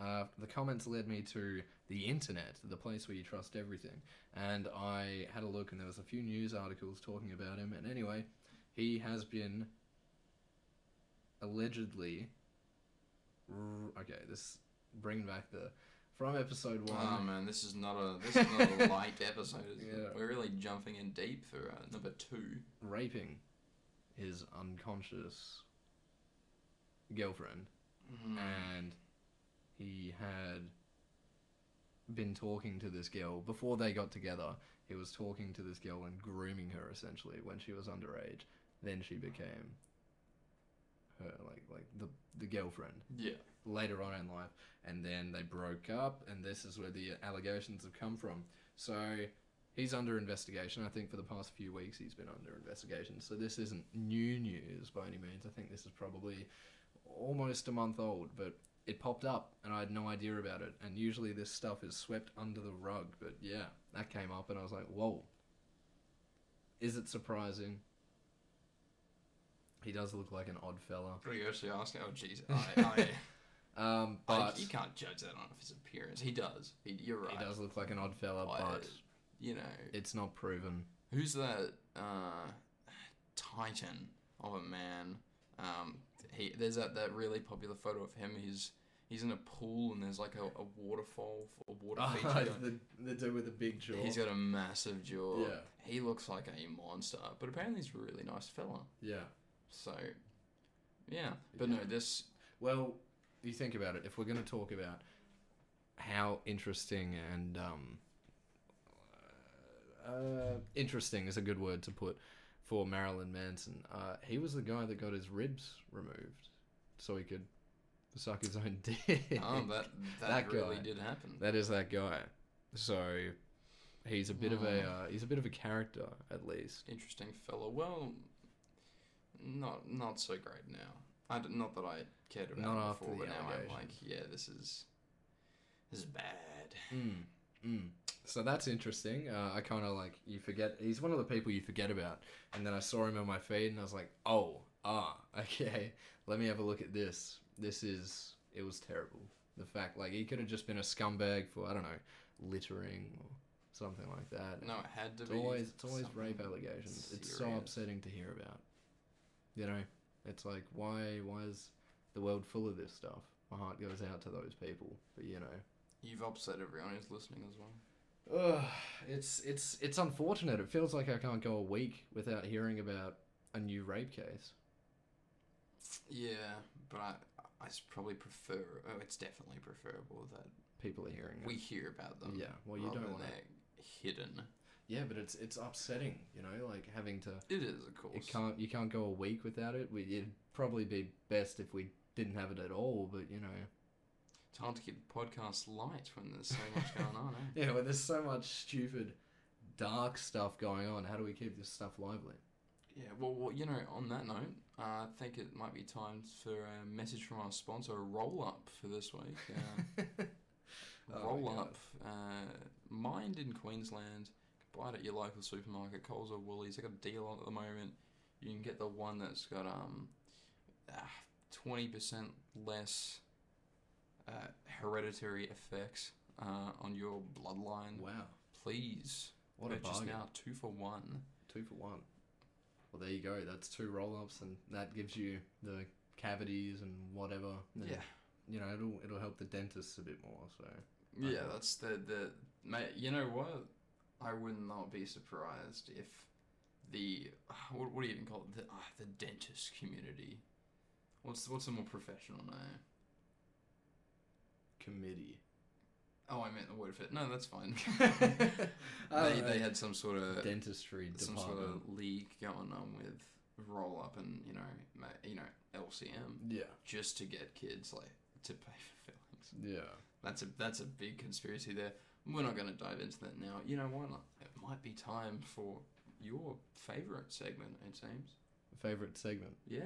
Speaker 1: uh, the comments led me to the internet, the place where you trust everything. And I had a look, and there was a few news articles talking about him. And anyway, he has been allegedly. r- Okay, this bringing back the from episode one.
Speaker 2: Oh man, this is not a this is
Speaker 1: [LAUGHS]
Speaker 2: not a light episode. Is
Speaker 1: Yeah.
Speaker 2: it? We're really jumping in deep for uh, number two.
Speaker 1: raping his unconscious girlfriend Mm-hmm. and he had been talking to this girl before they got together he was talking to this girl and grooming her essentially when she was underage then she became her like like the the girlfriend
Speaker 2: Yeah.
Speaker 1: later on in life, and then they broke up, and this is where the allegations have come from. So he's under investigation. I think for the past few weeks he's been under investigation. So this isn't new news by any means. I think this is probably almost a month old, but it popped up and I had no idea about it. And usually this stuff is swept under the rug, but yeah, that came up, and I was like, whoa. Is it surprising? He does look like an odd fella.
Speaker 2: Are you actually asking? Oh jeez,
Speaker 1: [LAUGHS]
Speaker 2: I,
Speaker 1: Um,
Speaker 2: I, I
Speaker 1: but
Speaker 2: you can't judge that on his appearance. He does. He, you're right. Oh,
Speaker 1: He does look like an odd fella,
Speaker 2: I-
Speaker 1: but
Speaker 2: You know
Speaker 1: it's not proven.
Speaker 2: who's that uh, titan of a man? Um, he there's that, that really popular photo of him. He's he's in a pool and there's like a, a waterfall or
Speaker 1: [LAUGHS]
Speaker 2: water feature.
Speaker 1: the, the dude with the big jaw.
Speaker 2: He's got a massive jaw.
Speaker 1: Yeah.
Speaker 2: He looks like a monster, but apparently he's a really nice fella.
Speaker 1: yeah.
Speaker 2: So, yeah. But no,
Speaker 1: Yeah. [LAUGHS]
Speaker 2: this.
Speaker 1: Well, you think about it. If we're going to talk about how interesting and um, uh, interesting is a good word to put for Marilyn Manson, uh, he was the guy that got his ribs removed so he could suck his own [LAUGHS] dick.
Speaker 2: Oh, that that,
Speaker 1: That
Speaker 2: really
Speaker 1: guy.
Speaker 2: did happen.
Speaker 1: That is that guy. So he's a bit of a
Speaker 2: Oh.
Speaker 1: uh, he's a bit of a character at least.
Speaker 2: Interesting fella. Well, not not so great now. I d- not that I cared about
Speaker 1: Not
Speaker 2: him
Speaker 1: after the
Speaker 2: before, but now I'm like,
Speaker 1: allegations.
Speaker 2: yeah, this is this is bad.
Speaker 1: Mm. Mm. So that's interesting. Uh, I kind of like you forget. He's one of the people you forget about. And then I saw him on my feed, and I was like, oh, ah, [LAUGHS] okay. Let me have a look at this. This is it was terrible. The fact like he could have just been a scumbag for I don't know littering or something like that.
Speaker 2: No, it had to
Speaker 1: it's
Speaker 2: be.
Speaker 1: always it's always rape
Speaker 2: something
Speaker 1: allegations. It's so
Speaker 2: serious.
Speaker 1: upsetting to hear about. You know, it's like why why is the world full of this stuff? My heart goes out to those people, but you know.
Speaker 2: You've upset everyone who's listening as well.
Speaker 1: Ugh, it's it's it's unfortunate. It feels like I can't go a week without hearing about a new rape case.
Speaker 2: Yeah, but I I s- probably prefer. Oh, it's definitely preferable that
Speaker 1: People are hearing it.
Speaker 2: we hear about them.
Speaker 1: yeah, well, you
Speaker 2: rather
Speaker 1: don't
Speaker 2: than
Speaker 1: want to.
Speaker 2: they're hidden.
Speaker 1: Yeah, but it's it's upsetting, you know, like having to.
Speaker 2: It is, of course.
Speaker 1: It can't you can't go a week without it. We, it'd probably be best if we didn't have it at all, but you know.
Speaker 2: It's hard to keep the podcast light when there's so much going on.
Speaker 1: [LAUGHS]
Speaker 2: Eh?
Speaker 1: Yeah, well, there's so much stupid, dark stuff going on. How do we keep this stuff
Speaker 2: [LAUGHS]
Speaker 1: lively?
Speaker 2: Yeah, well, well, you know, on that note, uh, I think it might be time for a message from our sponsor, Roll Up, for
Speaker 1: [LAUGHS]
Speaker 2: this week. Uh,
Speaker 1: Oh my
Speaker 2: Roll
Speaker 1: God.
Speaker 2: Up, uh, Mind in Queensland. Buy it at your local supermarket, Coles or Woolies. They got a deal on at the moment. You can get the one that's got um, twenty percent less uh, hereditary effects uh, on your bloodline.
Speaker 1: wow,
Speaker 2: Please
Speaker 1: what a
Speaker 2: purchase
Speaker 1: bargain!
Speaker 2: now, two for one.
Speaker 1: Two for one. Well, there you go. That's two roll ups, and that gives you the cavities and whatever. and,
Speaker 2: Yeah,
Speaker 1: You know, it'll it'll help the dentists a bit more. So
Speaker 2: yeah,
Speaker 1: Okay.
Speaker 2: that's the the. Mate, you know what? I would not be surprised if the [SIGHS] what, what do you even call it? The, ah, the dentist community. What's what's a more professional name?
Speaker 1: [LAUGHS] committee.
Speaker 2: Oh, I meant the word fit. No, that's fine. [LAUGHS]
Speaker 1: I
Speaker 2: they,
Speaker 1: don't
Speaker 2: they
Speaker 1: know.
Speaker 2: had some sort of
Speaker 1: Uh, dentistry
Speaker 2: some
Speaker 1: department.
Speaker 2: sort of league going on with roll up and you know ma- you know LCM
Speaker 1: Yeah,
Speaker 2: just to get kids like to pay for fillings.
Speaker 1: yeah.
Speaker 2: That's a that's a big conspiracy there. We're not going to dive into that now. You know why not? It might be time for your favourite segment, it seems.
Speaker 1: Favorite segment.
Speaker 2: Yeah.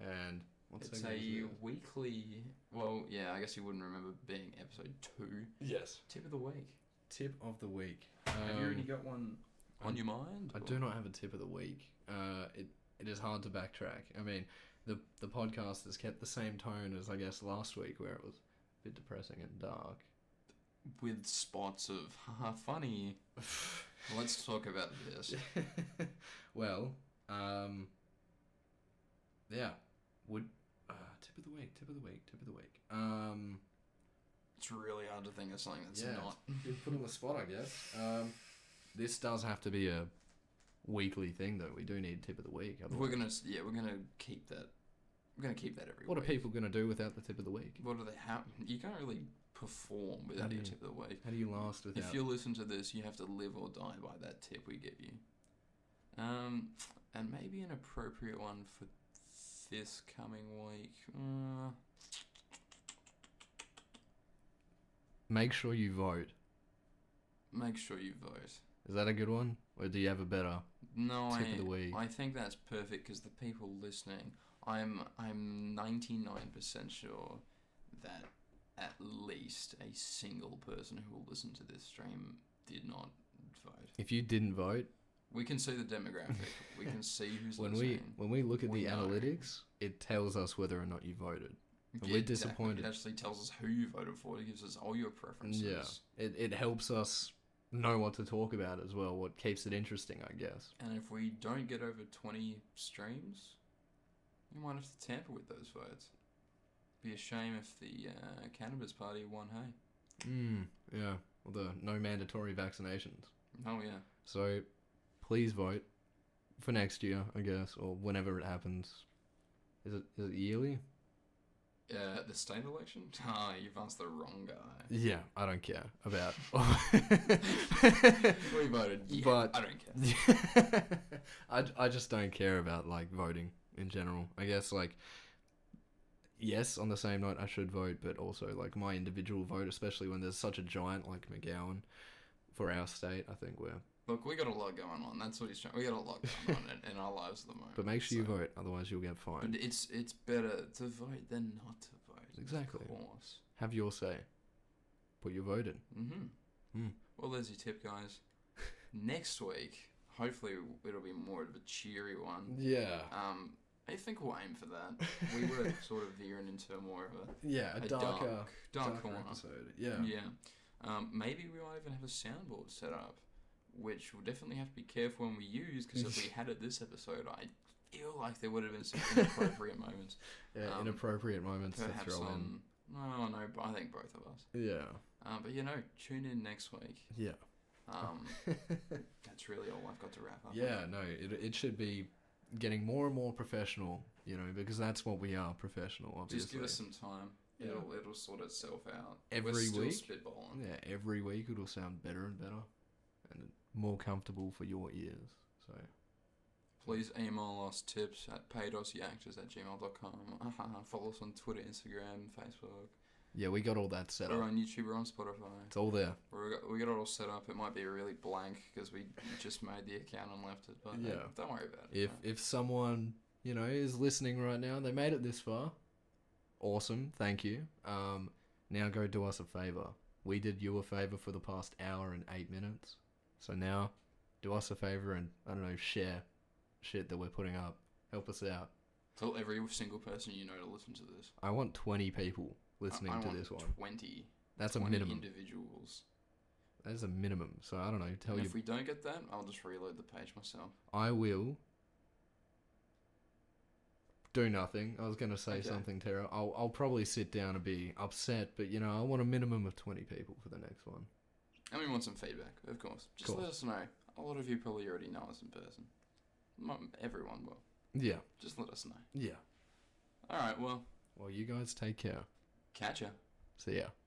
Speaker 1: And what
Speaker 2: it's
Speaker 1: segment? is
Speaker 2: a
Speaker 1: it?
Speaker 2: weekly. Well, yeah, I guess you wouldn't remember being episode two.
Speaker 1: Yes.
Speaker 2: Tip of the week.
Speaker 1: Tip of the week.
Speaker 2: Have you already
Speaker 1: Um,
Speaker 2: got one on
Speaker 1: I-
Speaker 2: your mind?
Speaker 1: I
Speaker 2: or-
Speaker 1: do not have a tip of the week. Uh, it it is hard to backtrack. I mean, the the podcast has kept the same tone as I guess last week, where it was a bit depressing and dark. [LAUGHS]
Speaker 2: With spots of haha [LAUGHS] funny. Let's talk about this.
Speaker 1: well, um, yeah. Would uh, tip of the week, tip of the week, tip of the week. Um,
Speaker 2: It's really hard to think of something that's
Speaker 1: Yeah.
Speaker 2: not.
Speaker 1: you put on the spot, I guess. Um, this does have to be a weekly thing, though. We do need tip of the week.
Speaker 2: We're
Speaker 1: Otherwise,
Speaker 2: gonna s- yeah, we're gonna keep that. We're gonna keep that every
Speaker 1: what are
Speaker 2: week.
Speaker 1: people gonna do without the tip of the week?
Speaker 2: What do they have? You can't really perform without your
Speaker 1: Yeah.
Speaker 2: tip of the week.
Speaker 1: How do you last without?
Speaker 2: If you listen to this, you have to live or die by that tip we give you. Um, and maybe an appropriate one for this coming week. Uh,
Speaker 1: Make sure you vote.
Speaker 2: make sure you vote.
Speaker 1: Is that a good one, or do you have a better?
Speaker 2: No,
Speaker 1: Tip
Speaker 2: I,
Speaker 1: of the week.
Speaker 2: I think that's perfect because the people listening, I'm I'm 99% sure that at least a single person who will listen to this stream did not vote.
Speaker 1: If you didn't vote,
Speaker 2: We can see the demographic.
Speaker 1: [LAUGHS]
Speaker 2: we can see who's
Speaker 1: when we
Speaker 2: listening.
Speaker 1: when we look at
Speaker 2: We
Speaker 1: the
Speaker 2: know.
Speaker 1: analytics, it tells us whether or not you voted.
Speaker 2: Yeah,
Speaker 1: we're
Speaker 2: exactly.
Speaker 1: disappointed.
Speaker 2: It actually tells us who you voted for. It gives us all your preferences.
Speaker 1: It it helps us know what to talk about as well. What keeps it interesting, I guess.
Speaker 2: And if we don't get over 20 streams, we might have to tamper with those votes. Be a shame if the uh, cannabis party won, hey?
Speaker 1: Mm, yeah. Although no mandatory vaccinations,
Speaker 2: Oh yeah,
Speaker 1: so please vote for next year, I guess, or whenever it happens. Is it is it yearly?
Speaker 2: uh, the state election. [LAUGHS] Ah, you've asked the wrong guy.
Speaker 1: Yeah, I don't care about.
Speaker 2: [LAUGHS]
Speaker 1: [LAUGHS]
Speaker 2: we voted. Yeah,
Speaker 1: But-
Speaker 2: I don't care.
Speaker 1: [LAUGHS] I, I just don't care about like voting in general. I guess like yes, on the same night I should vote, but also like my individual vote, especially when there's such a giant like McGowan for our state. I think we're
Speaker 2: Look, we got a lot going on. That's what he's trying. We got a lot going on in, in our lives at the moment.
Speaker 1: but make sure you
Speaker 2: so-
Speaker 1: vote, otherwise you'll get fined.
Speaker 2: But it's it's better to vote than not to vote.
Speaker 1: Exactly.
Speaker 2: Of course.
Speaker 1: Have your say. Put your vote in.
Speaker 2: Mm-hmm.
Speaker 1: Hmm.
Speaker 2: Well, there's your tip,
Speaker 1: [LAUGHS]
Speaker 2: guys. Next week, hopefully, it'll be more of a cheery one.
Speaker 1: [LAUGHS] Yeah.
Speaker 2: Um, I think we'll aim for that. We
Speaker 1: [LAUGHS]
Speaker 2: were sort of veering into more of a,
Speaker 1: yeah, a,
Speaker 2: a
Speaker 1: darker,
Speaker 2: dark,
Speaker 1: darker
Speaker 2: dark corner.
Speaker 1: episode. Yeah.
Speaker 2: Yeah. Um, maybe we might even have a soundboard set up, which we'll definitely have to be careful when we use,
Speaker 1: [LAUGHS]
Speaker 2: because if we had it this episode, I feel like there would have been some
Speaker 1: [LAUGHS]
Speaker 2: inappropriate moments.
Speaker 1: Yeah,
Speaker 2: Um,
Speaker 1: inappropriate moments to
Speaker 2: Perhaps
Speaker 1: throw
Speaker 2: on. No, no, but I think both of us.
Speaker 1: in. Yeah.
Speaker 2: Um, but you know, tune in next week.
Speaker 1: Yeah. [LAUGHS]
Speaker 2: Um, that's really all I've got to wrap up. with.
Speaker 1: Yeah, no, it, it should be getting more and more professional, you know, because that's what we are professional, obviously.
Speaker 2: Just give us some time.
Speaker 1: Yeah.
Speaker 2: It'll it'll sort itself out. We're
Speaker 1: Every
Speaker 2: still
Speaker 1: week?
Speaker 2: spitballing.
Speaker 1: yeah, every week it'll sound better and better and more comfortable for your ears. So,
Speaker 2: Please email us tips at paydosyactors at gmail.com. [LAUGHS] Follow us on Twitter, Instagram, Facebook.
Speaker 1: yeah, we got all that set
Speaker 2: We're
Speaker 1: up.
Speaker 2: on YouTube, we're on Spotify.
Speaker 1: It's all there.
Speaker 2: We got, we got it all set up. It might be really blank because we just made the account and left it, but yeah.
Speaker 1: Yeah.
Speaker 2: don't worry about it.
Speaker 1: If if someone, you know, is listening right now, they made it this far. Awesome. Thank you. Um now go do us a favor. We did you a favor for the past hour and 8 minutes. So now do us a favor and I don't know, share shit that we're putting up. Help us out.
Speaker 2: Tell every single person you know to listen to this.
Speaker 1: I want 20 people
Speaker 2: I-
Speaker 1: listening
Speaker 2: I
Speaker 1: to
Speaker 2: want
Speaker 1: this one.
Speaker 2: 20,
Speaker 1: That's a
Speaker 2: 20
Speaker 1: minimum.
Speaker 2: individuals.
Speaker 1: That is a minimum. So I don't know, tell
Speaker 2: and
Speaker 1: you
Speaker 2: if we don't get that, I'll just reload the page myself.
Speaker 1: I will do nothing. I was gonna say
Speaker 2: Okay.
Speaker 1: something terrible. I'll I'll probably sit down and be upset, but you know I want a minimum of twenty people for the next one.
Speaker 2: And we want some feedback, of course. Just
Speaker 1: Course.
Speaker 2: let us know. A lot of you probably already know us in person. Mo- Everyone will.
Speaker 1: Yeah,
Speaker 2: Just let us know.
Speaker 1: yeah.
Speaker 2: All right, well,
Speaker 1: Well, you guys take care.
Speaker 2: catch ya.
Speaker 1: See ya.